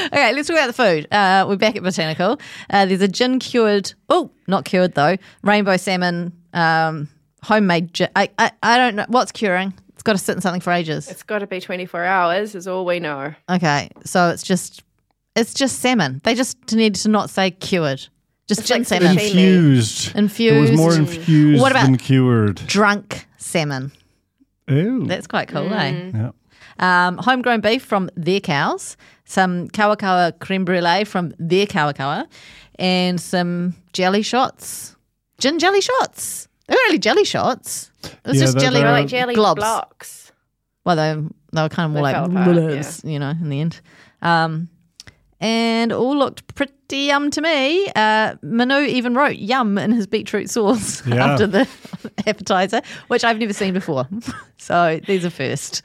S2: Okay, let's talk about the food. Uh, we're back at Botanical. Uh, there's a gin cured, oh, not cured though, rainbow salmon, um, homemade gin. I, I, I don't know. What's curing? It's got to sit in something for ages.
S4: it's got to be 24 hours, is all we know.
S2: Okay, so it's just it's just salmon. They just needed to not say cured, just gin
S4: like
S2: salmon,
S4: sashimi.
S3: infused. It was more
S2: Infused.
S3: infused
S2: What about-
S3: than cured.
S2: drunk salmon.
S3: Ooh.
S2: That's quite cool,
S3: Yeah.
S2: eh? Um, homegrown beef from their cows, some kawakawa creme brulee from their kawakawa, and some jelly shots, gin jelly shots. They weren't really jelly shots. It was
S3: Yeah,
S2: just
S3: they-
S2: jelly,
S3: they were
S4: They're like jelly
S2: globs.
S4: blocks.
S2: Well, they, they were kind of more
S4: They
S2: like
S4: fell apart,
S2: blobs, you know, in the end. Um, and all looked pretty yum to me. Uh, Manu even wrote yum in his beetroot sauce
S3: Yeah.
S2: after the appetizer, which I've never seen before. so these are first.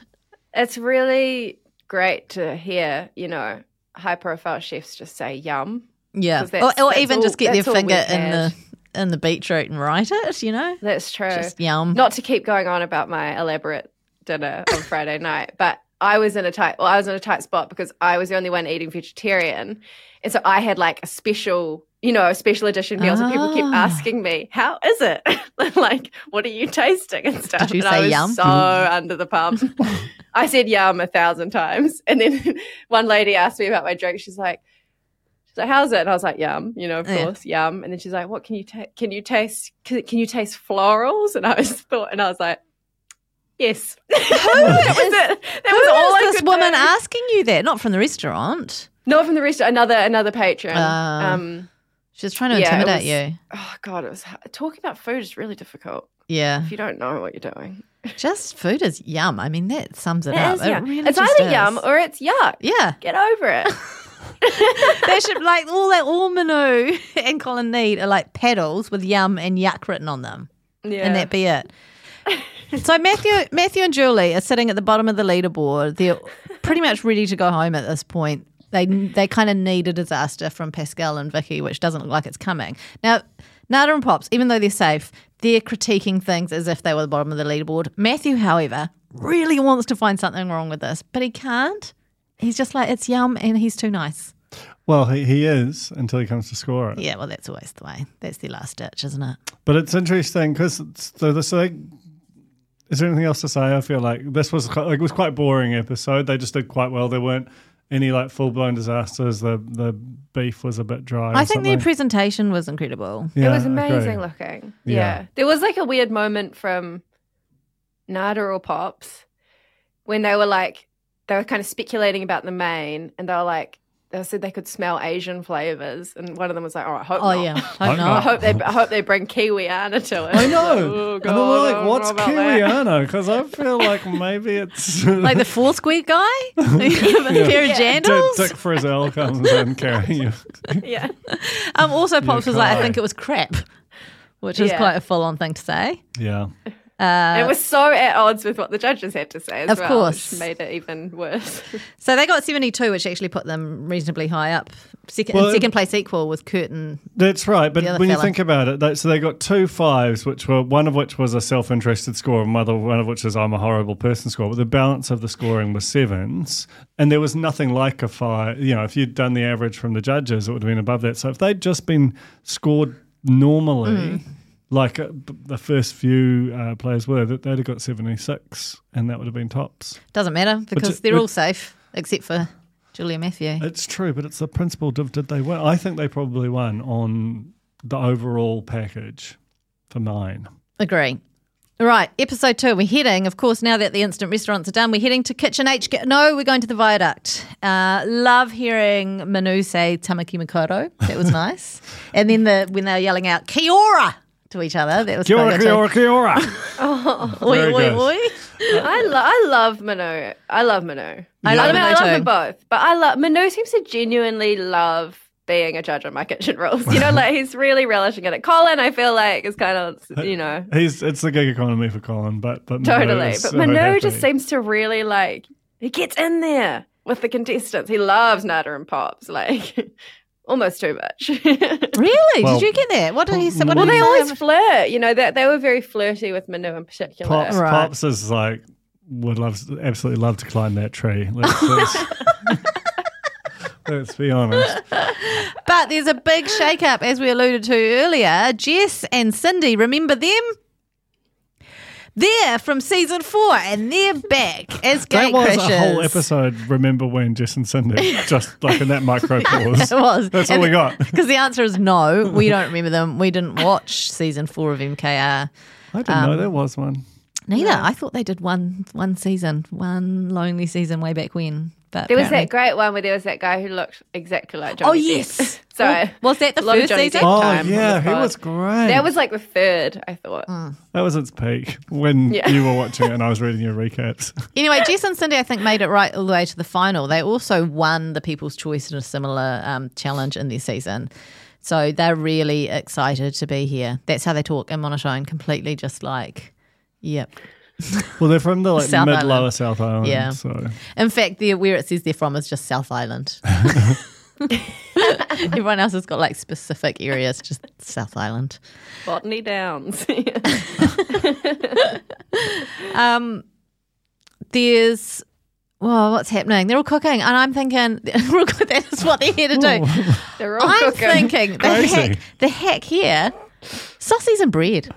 S4: It's really great to hear, you know, high profile chefs just say yum.
S2: Yeah.
S4: 'Cause that's-
S2: Or, or
S4: that's
S2: even
S4: all-
S2: just get their
S4: that's all
S2: finger
S4: we've
S2: in the in the beetroot and write it, you know?
S4: That's true.
S2: Just yum.
S4: Not to keep going on about my elaborate dinner on Friday night, but I was in a tight well, I was in a tight spot because I was the only one eating vegetarian. And so I had like a special, you know, special edition meals and people kept
S2: Ah.
S4: asking me, How is it? like, what are you tasting and stuff?
S2: Did you
S4: and
S2: say
S4: I was
S2: yum?
S4: so under the pump. I said yum a thousand times. And then one lady asked me about my drink. She's like, She's like, "How's it?" And I was like, "Yum," you know, of
S2: Oh, Yeah.
S4: course, yum. And then she's like, "What can you ta- can you taste? Can, can you taste florals?" And I was thought, and I was like, "Yes." that was it. That
S2: Who
S4: was
S2: is
S4: all I
S2: this
S4: could
S2: woman
S4: do.
S2: asking you that? Not from the restaurant.
S4: No, from the rest, another another patron.
S2: Ah.
S4: um,
S2: She's trying to
S4: Yeah, it
S2: intimidate
S4: was-
S2: you.
S4: oh God, it was h- talking about food is really difficult
S2: Yeah.
S4: if you don't know what you're doing.
S2: Just food is yum. I mean, that sums it,
S4: It
S2: up.
S4: is
S2: It
S4: yum.
S2: really
S4: it's
S2: just
S4: either
S2: is.
S4: yum or it's yuck.
S2: yeah.
S4: Get over it.
S2: They should like all that all Manu and Colin Need are like pedals with yum and yuck written on them,
S4: yeah.
S2: and that be it. so Matthew, Matthew and Julie are sitting at the bottom of the leaderboard. They're pretty much ready to go home at this point. They they kind of need a disaster from Pascal and Vicky, which doesn't look like it's coming. Now, Nada and Pops, even though they're safe, they're critiquing things as if they were the bottom of the leaderboard. Matthew, however, really wants to find something wrong with this, but he can't. He's just like it's yum, and he's too nice.
S3: Well, he, he is until he comes to score it.
S2: Yeah, well, that's always the way. That's the last ditch, isn't it?
S3: But it's interesting because so this like. Is there anything else to say? I feel like this was quite- like, it was quite a boring episode. They just did quite well. There weren't any like full blown disasters. The the beef was a bit dry. or
S2: I think
S3: something.
S2: the presentation was incredible.
S4: It
S3: Yeah,
S4: was
S3: I agree.
S4: amazing looking.
S3: Yeah.
S4: Yeah. There was like a weird moment from Nada or Pops when they were like, they were kind of speculating about the main and they were like, they said they could smell Asian flavors. And one of them was like, oh, I hope
S2: Oh,
S4: not.
S2: yeah. Hope
S3: Why
S4: I
S3: not?
S2: not.
S4: hope they I hope they bring Kiwiana to it.
S3: I know.
S4: Oh,
S3: and I'm
S4: God, I don't
S3: like,
S4: know
S3: what's
S4: about that."
S3: Kiwiana? Because I feel like maybe it's
S2: Like the four square guy with a pair of
S3: Dick,
S2: jandals.
S3: Dick Frizzell comes in carrying you.
S4: Yeah.
S2: Um, also, Pops was like, I
S3: guy.
S2: think it was crap, which is
S4: Yeah.
S2: quite a full on thing to say.
S3: Yeah.
S4: it was so at odds with what the judges had to say as
S2: Of
S4: well,
S2: course.
S4: which made it even worse.
S2: So they got 72, which actually put them reasonably high up. Second,
S3: Well,
S2: and second place equal with Curtin.
S3: That's right. But
S2: The other
S3: when you
S2: fella.
S3: think about it, that, so they got two fives, which were one of which was a self-interested score, and another one of which is I'm a horrible person score. But the balance of the scoring was sevens, and there was nothing like a five. You know, if you'd done the average from the judges, it would have been above that. So if they'd just been scored normally.
S2: Hmm.
S3: Like uh, b- the first few uh, players were, that they'd have got 76 and that would have been tops.
S2: Doesn't matter because they're
S3: but-
S2: all safe except for Julia Matthew.
S3: It's true, but it's the principle of did they win? I think they probably won on the overall package for mine.
S2: Agree. Right, episode two. We're heading, of course, now that the instant restaurants are done, we're heading to Kitchen HQ. No, we're going to the viaduct. Uh, love hearing Manu say Tamaki Makoto. That was nice. and then the when they were yelling out Kia ora to each other, that was
S3: Kia
S2: quite
S3: ora,
S2: good
S3: kia
S2: too.
S3: ora, kia ora.
S2: Oi,
S4: Oh,
S3: Very
S2: oi,
S3: good.
S2: oi.
S4: I, lo- I love Manu. I love Manu.
S2: I love
S4: I, mean,
S2: Manu
S4: I love
S2: too.
S4: them both, but I love Manu seems to genuinely love being a judge on my kitchen rules. You know, like he's really relishing in it. Colin, I feel like is kind of you know
S3: He's it's the gig economy for Colin, but but Manu
S4: totally,
S3: is
S4: but
S3: a bit
S4: Manu
S3: happy.
S4: just seems to really like he gets in there with the contestants. He loves Nada and Pops, like almost too much.
S2: Really?
S3: Well,
S2: did you get that? What did he say? What
S3: well,
S2: did
S4: Well,
S2: he say?
S4: they always flirt. You know, they, they were very flirty with Manu in particular.
S3: pops
S2: Right.
S3: pops is like would love absolutely love to climb that tree. Let's, let's, let's be honest.
S2: But there's a big shakeup, as we alluded to earlier. Jess and Cindy, remember them? They're from season four, and they're back as
S3: That
S2: gate
S3: was
S2: crashers.
S3: a whole episode. Remember when Jess and Cindy just like in that micro pause?
S2: It was.
S3: That's all we got.
S2: Because the answer is no. We don't remember them. We didn't watch season four of MKR.
S3: I didn't
S4: Um,
S3: know there was one.
S2: Neither. I thought they did one one season, one lonely season way back when. But
S4: There was that
S2: apparently-
S4: great one where there was that guy who looked exactly like Johnny.
S2: Oh
S4: Depp.
S2: yes.
S4: Sorry.
S2: Was that the
S4: Love
S2: first
S4: Johnny
S2: season?
S4: Depp.
S3: Oh
S4: time on
S3: yeah,
S4: the
S3: he
S4: pod.
S3: was great.
S4: That was like the third, I thought.
S2: Hmm.
S3: That was its peak when
S4: Yeah.
S3: you were watching it and I was reading your recaps.
S2: Anyway, Jess and Cindy, I think, made it right all the way to the final. They also won the People's Choice in a similar um, challenge in their season. So they're really excited to be here. That's how they talk in monotone, completely just like, yep.
S3: Well, they're from the like
S2: South
S3: mid
S2: Island.
S3: lower South Island.
S2: Yeah.
S3: So
S2: In fact, the, where it says they're from is just South Island. Everyone else has got like specific areas, just South Island.
S4: Botany Downs.
S2: there's well, what's happening? They're all cooking, and I'm thinking we're all cook- that is what they're here to do.
S4: They're all
S2: I'm
S4: cooking.
S2: thinking the
S3: Crazy.
S2: heck, the heck here, sausages and bread.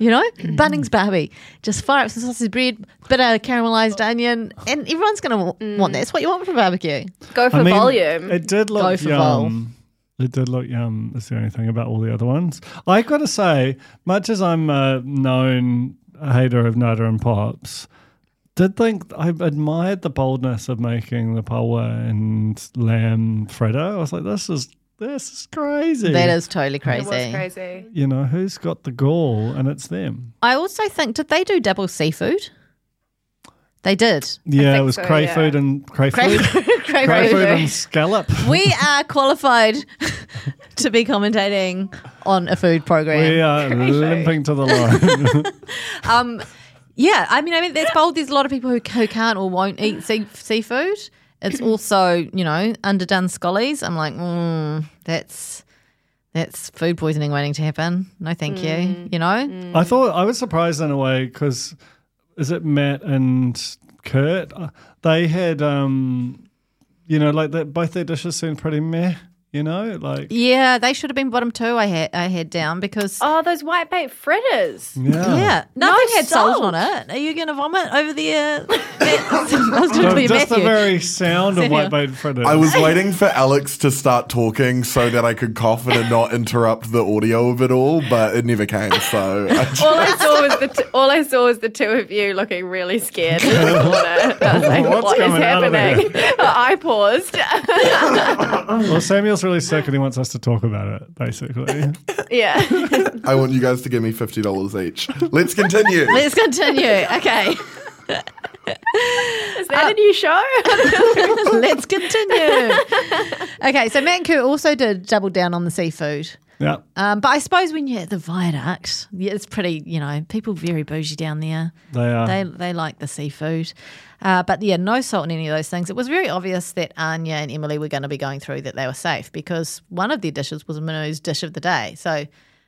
S2: You know,
S4: Mm.
S2: Bunnings Barbie. Just fire up some sausage bread, bit of caramelized onion, and everyone's going to
S4: Mm.
S2: want that. That's what you want for barbecue.
S4: Go for
S3: I mean,
S4: volume.
S3: It did look
S2: Go for
S3: yum.
S2: vol.
S3: It did look yum. Is there anything about all the other ones? I got to say, much as I'm a known hater of Nutter and Pops, did think I admired the boldness of making the pawa and lamb fritter. I was like, this is this is crazy.
S2: That is totally
S4: it
S2: crazy.
S4: was crazy.
S3: You know who's got the gall, and it's them.
S2: I also think, did they do double seafood? They did.
S3: Yeah, it
S4: think
S3: was
S4: so,
S3: cray
S4: yeah.
S3: food and cray
S2: Cray,
S3: food,
S2: cray-
S3: cray food
S4: food.
S3: and scallop.
S2: We are qualified to be commentating on a food program.
S3: We are limping to the line.
S2: Um, yeah, I mean, I mean that's bold. There's a lot of people who, who can't or won't eat sea- seafood. It's also, you know, underdone scullies. I'm like, mm, that's that's food poisoning waiting to happen. No, thank you. You know,
S3: I thought I was surprised in a way because is it Matt and Kurt? Uh, They had, um, you know, like that. Both their dishes seemed pretty meh. You know, like
S2: yeah, they should have been bottom two. I had I had down because
S4: Oh, those white bait fritters.
S3: yeah.
S2: yeah, nothing had salt. on
S4: salt.
S2: it. Are you going to vomit over there? I was
S3: The-
S2: going to be
S3: just the
S2: Matthew.
S3: very sound of white bait fritters.
S7: I was waiting for Alex to start talking so that I could cough and not interrupt the audio of it all, but it never came. So I just-
S4: All I saw was the t- all I saw was the two of you looking really scared in the corner. I was like,
S3: What's
S4: what is
S3: coming out of there?
S4: happening? I paused.
S3: well, Samuel's really sick and he wants us to talk about it. Basically,
S4: yeah.
S7: I want you guys to give me fifty dollars each. Let's continue.
S2: Let's continue. Okay.
S4: Is
S3: Uh,
S4: that a new show?
S2: Let's continue. okay, so Matt and Kurt also did double down on the seafood.
S3: Yeah.
S2: Um, but I suppose when you're at the viaduct, yeah, it's pretty, you know, people very bougie down there.
S3: They are.
S2: They, they like the seafood. Uh, but yeah, no salt in any of those things. It was very obvious that Anya and Emily were going to be going through that they were safe because one of their dishes was Manu's dish of the day. So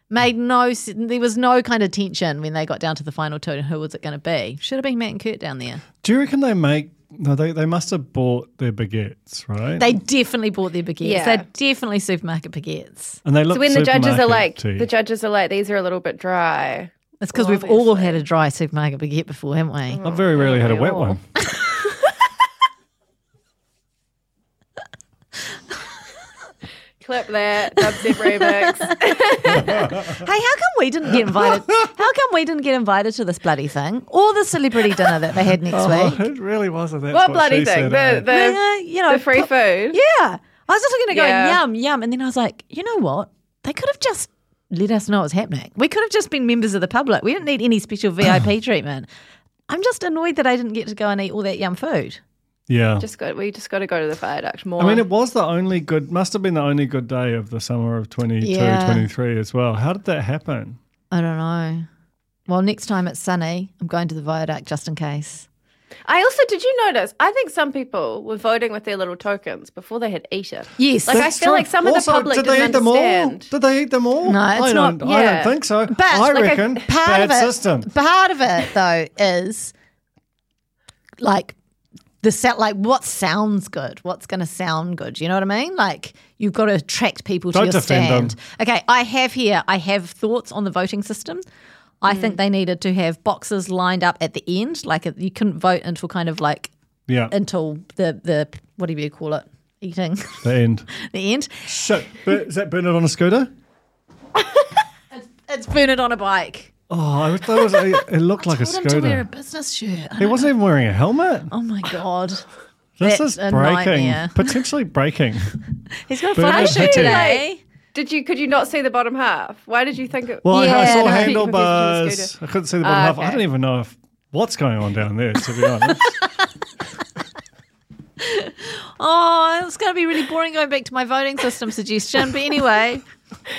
S2: made no s- there was no kind of tension when they got down to the final two and who was it going to be? Should have been Matt and Kurt down there.
S3: Do you reckon they make? No, they, they must have bought their baguettes, right?
S2: They definitely bought their baguettes.
S4: Yeah.
S2: They're definitely supermarket baguettes.
S3: and they look
S4: So when the judges are
S3: supermarket
S4: like,
S3: tea.
S4: the judges are like, these are a little bit dry.
S2: It's because we've all had a dry supermarket baguette before, haven't we?
S3: I've very rarely had a wet one.
S4: Clip that, dubstep remix.
S2: Hey, how come we didn't get invited? How come we didn't get invited to this bloody thing or the celebrity dinner that they had next
S3: Oh,
S2: week?
S3: it really wasn't. That's
S4: What
S3: what,
S4: bloody
S3: she
S4: thing?
S3: said, eh?
S4: The, the,
S2: Yeah, uh, you know,
S4: the free
S2: put-
S4: food.
S2: Yeah, I was just looking at going
S4: Yeah.
S2: yum yum, and then I was like, you know what? They could have just let us know what's happening. We could have just been members of the public. We didn't need any special VIP treatment. I'm just annoyed that I didn't get to go and eat all that yum food.
S3: yeah.
S4: Just got, we just got to go to the viaduct more.
S3: I mean, it was the only good, must have been the only good day of the summer of 22,
S2: Yeah.
S3: 23 as well. How did that happen?
S2: I don't know. Well, next time it's sunny, I'm going to the viaduct just in case.
S4: I also did you notice? I think some people were voting with their little tokens before they had eaten.
S2: Yes,
S4: Like I feel like some
S3: Also,
S4: of the public
S3: did
S4: didn't
S3: they eat them all?
S4: understand.
S3: Did they eat them all?
S2: No,
S3: I
S2: it's
S3: don't,
S2: not-
S3: I
S4: yeah.
S3: don't think so.
S2: But
S3: I
S2: like
S4: a-
S3: reckon
S4: part
S3: bad system.
S2: Part of it though is like the sound, like what sounds good, what's going to sound good. You know what I mean? Like you've got to attract people to
S3: Don't
S2: your
S3: defend them.
S2: stand. Okay, I have here. I have thoughts on the voting system. I think they needed to have boxes lined up at the end, like you couldn't vote until kind of like
S3: Yeah,
S2: until the the whatever you call it eating
S3: the end.
S2: the end.
S3: Shit. Bur- is that Bernard on a scooter?
S2: It's burn it on a bike.
S3: Oh, I was, that was, it, it looked like a
S2: Told him to wear a
S3: scooter.
S2: business shirt.
S3: He wasn't even wearing a helmet.
S2: Oh my god.
S3: this
S2: that's
S3: is
S2: a
S3: breaking.
S2: nightmare.
S3: Potentially breaking.
S2: He's got a
S3: Burn
S2: photo
S3: it
S2: shoot
S3: to-
S2: today.
S4: Did you? Could you not see the bottom half? Why did you think it?
S3: Well, I, I
S2: Yeah,
S3: saw
S2: no.
S3: handlebars. I couldn't see the bottom
S4: Ah,
S3: half. I
S4: okay.
S3: don't even know if what's going on down there, to be honest.
S2: Oh, it's going to be really boring going back to my voting system suggestion. But anyway,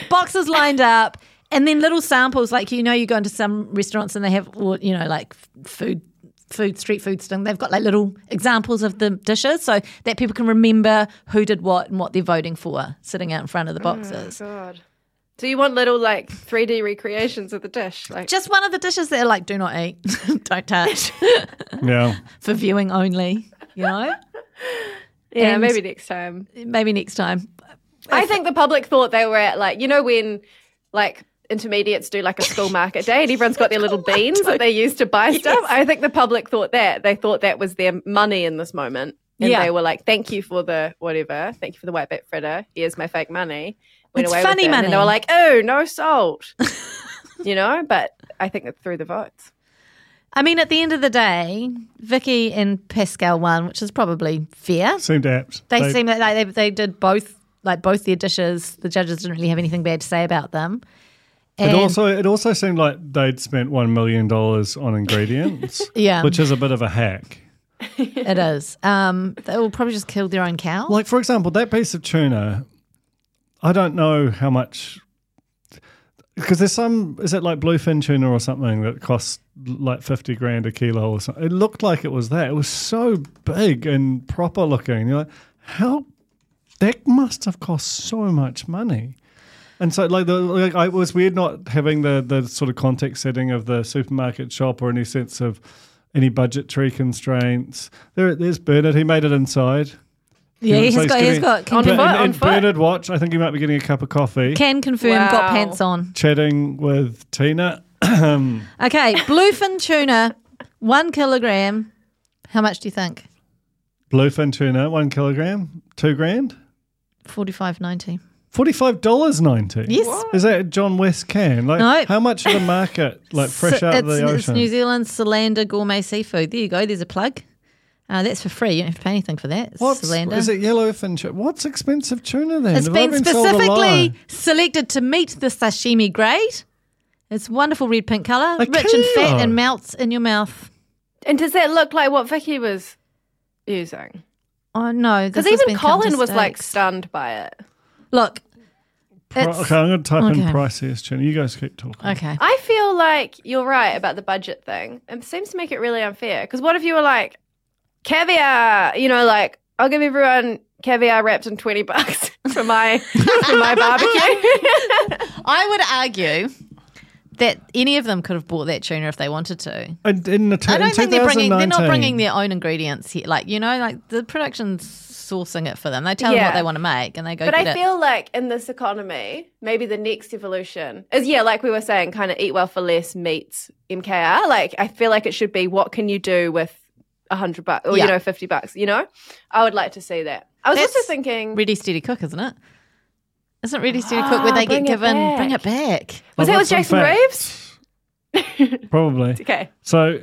S2: boxes lined up and then little samples. Like, you know, you go into some restaurants and they have, or, you know, like f- food, food, street food thing. They've got like little examples of the dishes so that people can remember who did what and what they're voting for sitting out in front of the boxes.
S4: God. Do you want little like 3D recreations of the dish? Like
S2: Just one of the dishes that are like, do not eat, don't touch,
S3: yeah.
S2: for viewing only, you know?
S4: yeah,
S2: and-
S4: maybe next time.
S2: Maybe next time.
S4: I think the public thought they were at like you know when like intermediates do like a school market day and everyone's got their little beans that they use to buy stuff. I think the public thought that they thought that was their money in this moment. And
S2: Yeah.
S4: they were like, "Thank you for the whatever. Thank you for the white bit fritter. Here's my fake money." Went
S2: It's
S4: away with
S2: funny
S4: it. And then they
S2: money.
S4: were like, "Oh, no salt," you know. But I think it through the votes.
S2: I mean, at the end of the day, Vicky and Pascal won, which is probably fair.
S3: Seemed apt.
S2: They, seem like they, they did both, like both their dishes. The judges didn't really have anything bad to say about them.
S3: It
S2: And-
S3: also it also seemed like they'd spent one million dollars on ingredients.
S2: Yeah.
S3: Which is a bit of a hack.
S2: it is. Um, they will probably just kill their own cow.
S3: Like for example, that piece of tuna, I don't know how much because there's some is it like bluefin tuna or something that costs like fifty grand a kilo or something. It looked like it was that. It was so big and proper looking. You're like, how that must have cost so much money. And so, like, the, like I, it was weird not having the, the sort of context setting of the supermarket shop or any sense of any budgetary constraints. There, there's Bernard. He made it inside.
S2: yeah,
S3: He
S2: he's
S3: was
S2: got, he's
S3: getting-
S2: got can,
S3: But-
S4: On foot,
S3: and,
S4: on
S3: and
S4: foot.
S3: Bernard watch. I think he might be getting a cup of coffee,
S2: can confirm got
S4: Wow.
S2: pants on.
S3: chatting with Tina.
S2: Okay, bluefin tuna, one kilogram. How much do you think?
S3: Bluefin tuna, one kilogram, two grand,
S2: Forty five ninety.
S3: forty five dollars ninety.
S2: Yes.
S3: Is that a John West can? Like,
S2: No.
S3: how much of the market, like fresh out of
S2: it's,
S3: the
S2: it's
S3: ocean?
S2: New Zealand Solander Gourmet Seafood. There you go. There's a plug. Uh, that's for free. You don't have to pay anything for that. It's
S3: What's
S2: Solander.
S3: is it yellowfin tuna? What's expensive tuna then?
S2: It's
S3: Have I
S2: been
S3: sold a lie?
S2: specifically selected to meet the sashimi grade. It's wonderful red pink colour,
S3: A
S2: rich in fat
S3: kilo.
S2: and melts in your mouth.
S4: And does that look like what Vicky was using?
S2: Oh no,
S4: Because
S2: Oh, this has
S4: even
S2: been come to
S4: Colin was like
S2: steaks.
S4: stunned by it.
S2: "Look,
S3: Pri-
S2: It's-
S3: okay, I'm going to type in
S2: okay.
S3: price ESG. You guys keep talking.
S2: Okay.
S4: I feel like you're right about the budget thing. It seems to make it really unfair. Because what if you were like, caviar? You know, like I'll give everyone caviar wrapped in twenty bucks for my for my barbecue.
S2: I would argue that any of them could have bought that tuna if they wanted to.
S3: And in the t-
S2: I
S3: in
S2: don't think they're bringing. They're not
S3: 2019
S2: bringing their own ingredients here. Like you know, like the production's sourcing it for them. They tell them
S4: Yeah.
S2: what they want to make, and they go.
S4: but
S2: get
S4: I
S2: it.
S4: feel like in this economy, maybe the next evolution is yeah, like we were saying, kind of eat well for less meats MKR. Like I feel like it should be what can you do with a hundred bucks or
S2: Yeah.
S4: you know fifty bucks. You know, I would like to see that. I was also
S2: That's
S4: thinking.
S2: Ready Steady Cook, isn't it? Isn't Ready Steady Cook where they
S4: Ah, bring
S2: get
S4: it
S2: given
S4: back.
S2: bring it back?
S3: I've
S4: was that
S3: got
S4: with
S3: some
S4: Jason
S3: facts. Probably.
S4: okay.
S3: So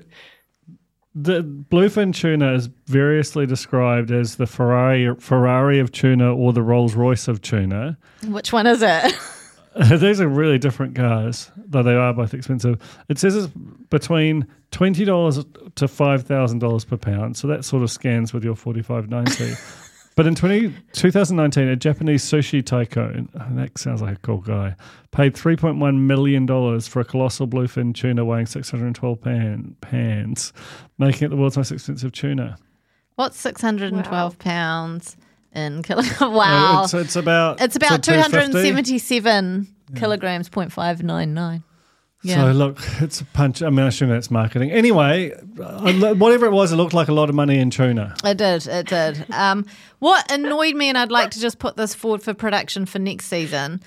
S3: the bluefin tuna is variously described as the Ferrari Ferrari of tuna or the Rolls Royce of tuna.
S2: Which one is it?
S3: These are really different cars, though they are both expensive. It says it's between twenty dollars to five thousand dollars per pound, so that sort of scans with your forty five ninety. But in 20, 2019, a Japanese sushi tycoon, oh, that sounds like a cool guy, paid $3.1 million for a colossal bluefin tuna weighing 612 pan, pounds, making it the world's most expensive tuna.
S2: What's six hundred and twelve pounds in kilo?
S3: Uh,
S2: Wow,
S3: It's,
S2: it's,
S3: it's about
S2: about
S3: so
S2: two hundred
S3: 250.
S2: and seventy-seven kilograms. Point five nine nine.
S3: So
S2: Yeah.
S3: look, it's a punch. I mean, I assume that's marketing. Anyway, I lo- whatever it was, it looked like a lot of money in tuna.
S2: It did. It did. Um, what annoyed me, and I'd like to just put this forward for production for next season.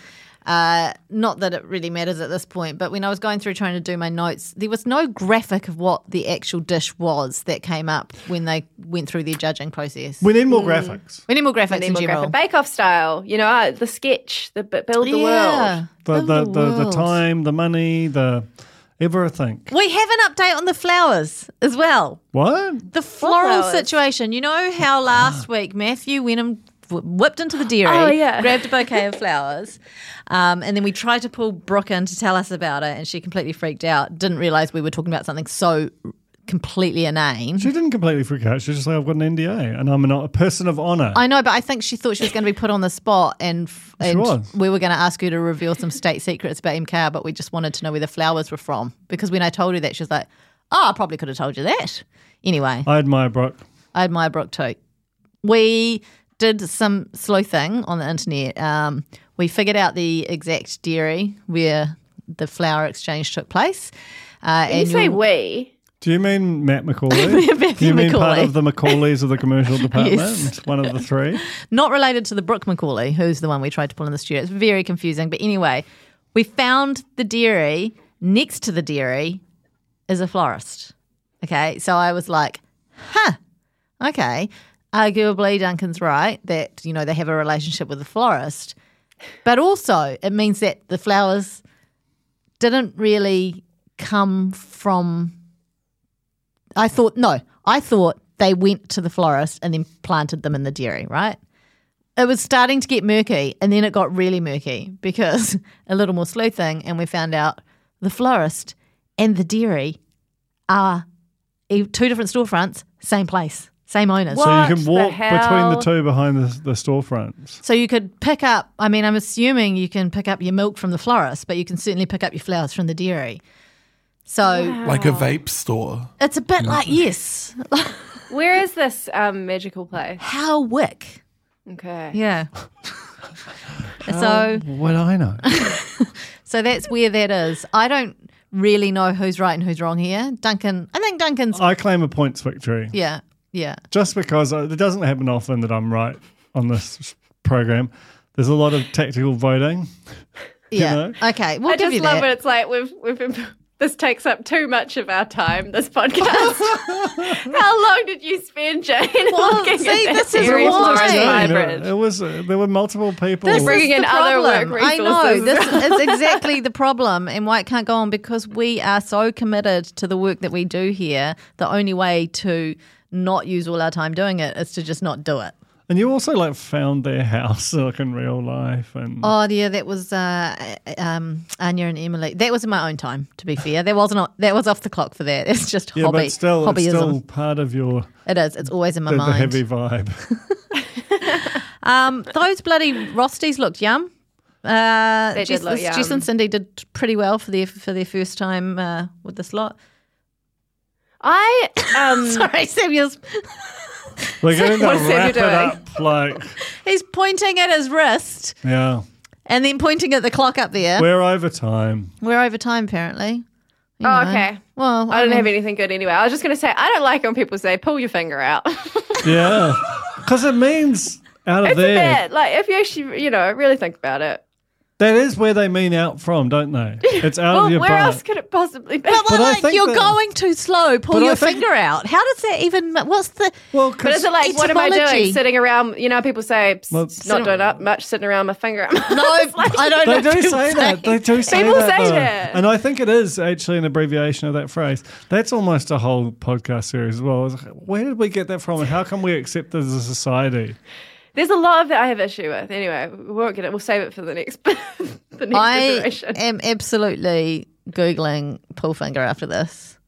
S2: Uh, not that it really matters at this point, but when I was going through trying to do my notes, there was no graphic of what the actual dish was that came up when they went through their judging process.
S3: We need more graphics.
S2: We need more graphics in general.
S4: Bake Off style, you know, uh, the sketch, the b- build the world.
S3: The
S2: Build
S3: the, the, the
S2: world.
S3: time, the money, the everything.
S2: We have an update on the flowers as well.
S3: What?
S2: The floral
S4: flowers?
S2: situation. You know how last week Matthew went and wh- whipped into the dairy,
S4: Oh, yeah.
S2: grabbed a bouquet of flowers, um, and then we tried to pull Brooke in to tell us about it, and she completely freaked out. Didn't realize we were talking about something so completely inane.
S3: She didn't completely freak out. She's just like, I've got an NDA and I'm not a person of honor.
S2: I know, but I think she thought she was going to be put on the spot, and, f- and
S3: was.
S2: we were going to ask her to reveal some state secrets about MKR, but we just wanted to know where the flowers were from. Because when I told her that, she was like, "Oh, I probably could have told you that." Anyway,
S3: I admire Brooke.
S2: I admire Brooke too. We did some sleuthing on the internet. Um, we figured out the exact dairy where the flower exchange took place. Uh,
S4: You
S2: and
S4: say
S2: you'll-
S4: we.
S3: Do you mean Matt Macaulay?
S2: Matthew
S3: Do you mean part
S2: Macaulay.
S3: of the Macaulays of the commercial department? One of the three.
S2: not related to the Brooke Macaulay, who's the one we tried to pull in the studio. It's very confusing. But anyway, we found the dairy. Next to the dairy is a florist. Okay. So I was like, huh, okay. Arguably, Duncan's right that, you know, they have a relationship with the florist. But also, it means that the flowers didn't really come from. I thought, no, I thought they went to the florist and then planted them in the dairy, right? It was starting to get murky, and then it got really murky because a little more sleuthing, and we found out the florist and the dairy are e- two different storefronts, same place, same owners.
S3: So
S4: What
S3: you can
S4: the
S3: walk between the
S4: hell?
S3: two behind the, the storefronts.
S2: So you could pick up, I mean, I'm assuming you can pick up your milk from the florist, but you can certainly pick up your flowers from the dairy. So
S7: Like a vape store.
S2: it's a bit like, yes,
S4: Where is this um, magical place?
S2: how wick.
S4: Okay.
S2: Yeah. so
S3: What I know.
S2: so that's where that is. I don't really know who's right and who's wrong here. Duncan, I think Duncan's
S3: I claim a points victory.
S2: yeah, yeah.
S3: just because uh, it doesn't happen often that I'm right on this program. There's a lot of tactical voting.
S2: Yeah.
S3: know?
S2: Okay, we'll
S4: I
S2: give
S4: just
S2: you
S4: love
S2: that.
S4: it. It's like we've we've been. This takes up too much of our time. This podcast. How long did you spend, Jane?
S2: Well,
S4: looking
S2: see,
S4: at
S2: this
S4: that
S2: is
S4: dairy
S2: why.
S4: florist
S2: You know,
S3: You know,
S4: hybrid?
S3: it was uh, there were multiple people.
S2: This
S4: bringing
S2: is
S4: in
S2: the
S4: other work
S2: problem. I know
S4: resources.
S2: this is exactly the problem, and why it can't go on because we are so committed to the work that we do here. The only way to not use all our time doing it is to just not do it.
S3: and you also like found their house like in real life and
S2: Oh yeah, that was uh, um, Anya and Emily. That was in my own time. To be fair, that wasn't that was off the clock for that. It's just
S3: yeah,
S2: hobby,
S3: but still, it's
S2: hobbyism.
S3: still part of your
S2: it is. It's always in my
S3: the, the
S2: mind.
S3: heavy vibe.
S2: Um, those bloody Rosties looked yum. Uh,
S4: They did
S2: Jess,
S4: look
S2: this- Jess
S4: yum.
S2: and Cindy did pretty well for their for their first time uh, with this lot.
S4: I um
S2: Sorry, Samuel's
S3: We're going to
S4: What is it
S3: wrap it
S4: you're
S3: up. Like,
S2: he's pointing at his wrist
S3: yeah,
S2: and then pointing at the clock up there. We're,
S3: we're over time.
S2: over time apparently. You
S4: Oh,
S2: know.
S4: okay.
S2: Well,
S4: I don't
S2: mean,
S4: have anything good anyway. I was just gonna say I don't like when people say pull your finger out.
S3: Yeah, because it means out of
S4: it's
S3: there.
S4: bad. Like if you actually you know really think about it.
S3: That is where they mean out from, don't they? It's out of
S4: Well, where
S3: your butt.
S4: else could it possibly be?
S2: But,
S3: But I
S2: like,
S3: think
S2: you're
S3: that-
S2: going too slow. Pull
S3: But I
S2: your
S3: think-
S2: finger out. How does that even? ma- What's the?
S3: well,
S4: But is it like what am I
S2: Etymology.
S4: doing? Sitting around, you know, people say "Psst,
S3: Well,
S4: not doing up much, sitting around my finger.
S2: No, I don't
S3: they
S2: know.
S3: do
S2: people
S3: say that. They do say
S4: People
S3: that.
S4: say
S3: though.
S4: that.
S3: And I think it is actually an abbreviation of that phrase. That's almost a whole podcast series as well. It's like, Where did we get that from and how can we accept it as a society?
S4: There's a lot of that I have issue with. Anyway, we won't get it. We'll save it for the next, the next
S2: I
S4: iteration.
S2: am absolutely googling pull finger after this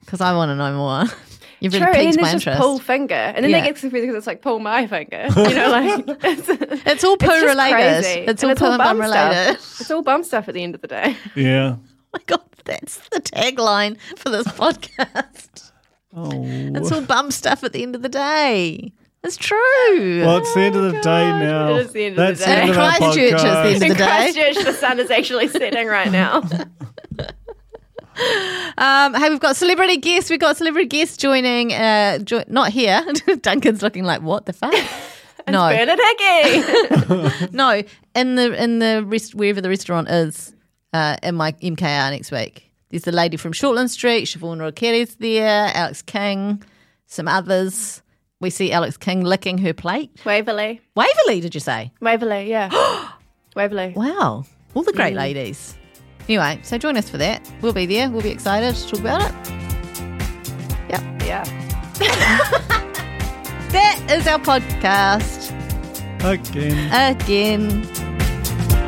S2: because I want to know more. You've really
S4: True, and
S2: piqued
S4: then
S2: my
S4: there's just
S2: interest.
S4: pull finger, and then
S2: Yeah.
S4: that gets confusing because it's like pull my finger. You know, like it's,
S2: It's all poo
S4: it's just
S2: related.
S4: crazy.
S2: It's
S4: And
S2: all poo and bum
S4: stuff.
S2: related.
S4: It's all bum stuff at the end of the day.
S3: Yeah.
S2: Oh my god, that's the tagline for this podcast.
S3: Oh.
S2: It's all bum stuff at the end of the day. It's true.
S3: Well, it's the end of the day now.
S4: Oh it is the end of the
S3: That's
S4: day.
S3: the end of our
S2: Christchurch is the
S3: podcast.
S2: end of
S4: In
S2: the day.
S4: Christchurch, the sun is actually setting right now.
S2: Um, hey, we've got celebrity guests. We've got celebrity guests joining. Uh, jo- not here. Duncan's looking like, what the fuck? no,
S4: Bernard Hickey.
S2: no. In the in the rest, wherever the restaurant is, uh, in my MKR next week. There's the lady from Shortland Street, Siobhan Rokeri's there, Alex King, some others. We see Alex King licking her plate.
S4: Waverley.
S2: Waverley, did you say?
S4: Waverley, yeah. Waverley.
S2: Wow. All the great ladies. Anyway, so join us for that. We'll be there. We'll be excited to talk about it.
S4: Yeah.
S2: That is our podcast
S3: Again.
S2: again.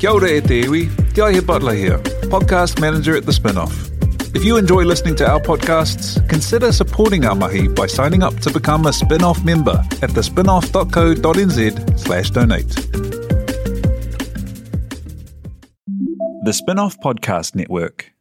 S1: Kia ora e te iwi, Te Aihe Butler here, podcast manager at The Spinoff. If you enjoy listening to our podcasts, consider supporting our mahi by signing up to become a Spinoff member at thespinoff.co.nz slash donate. The Spinoff Podcast Network.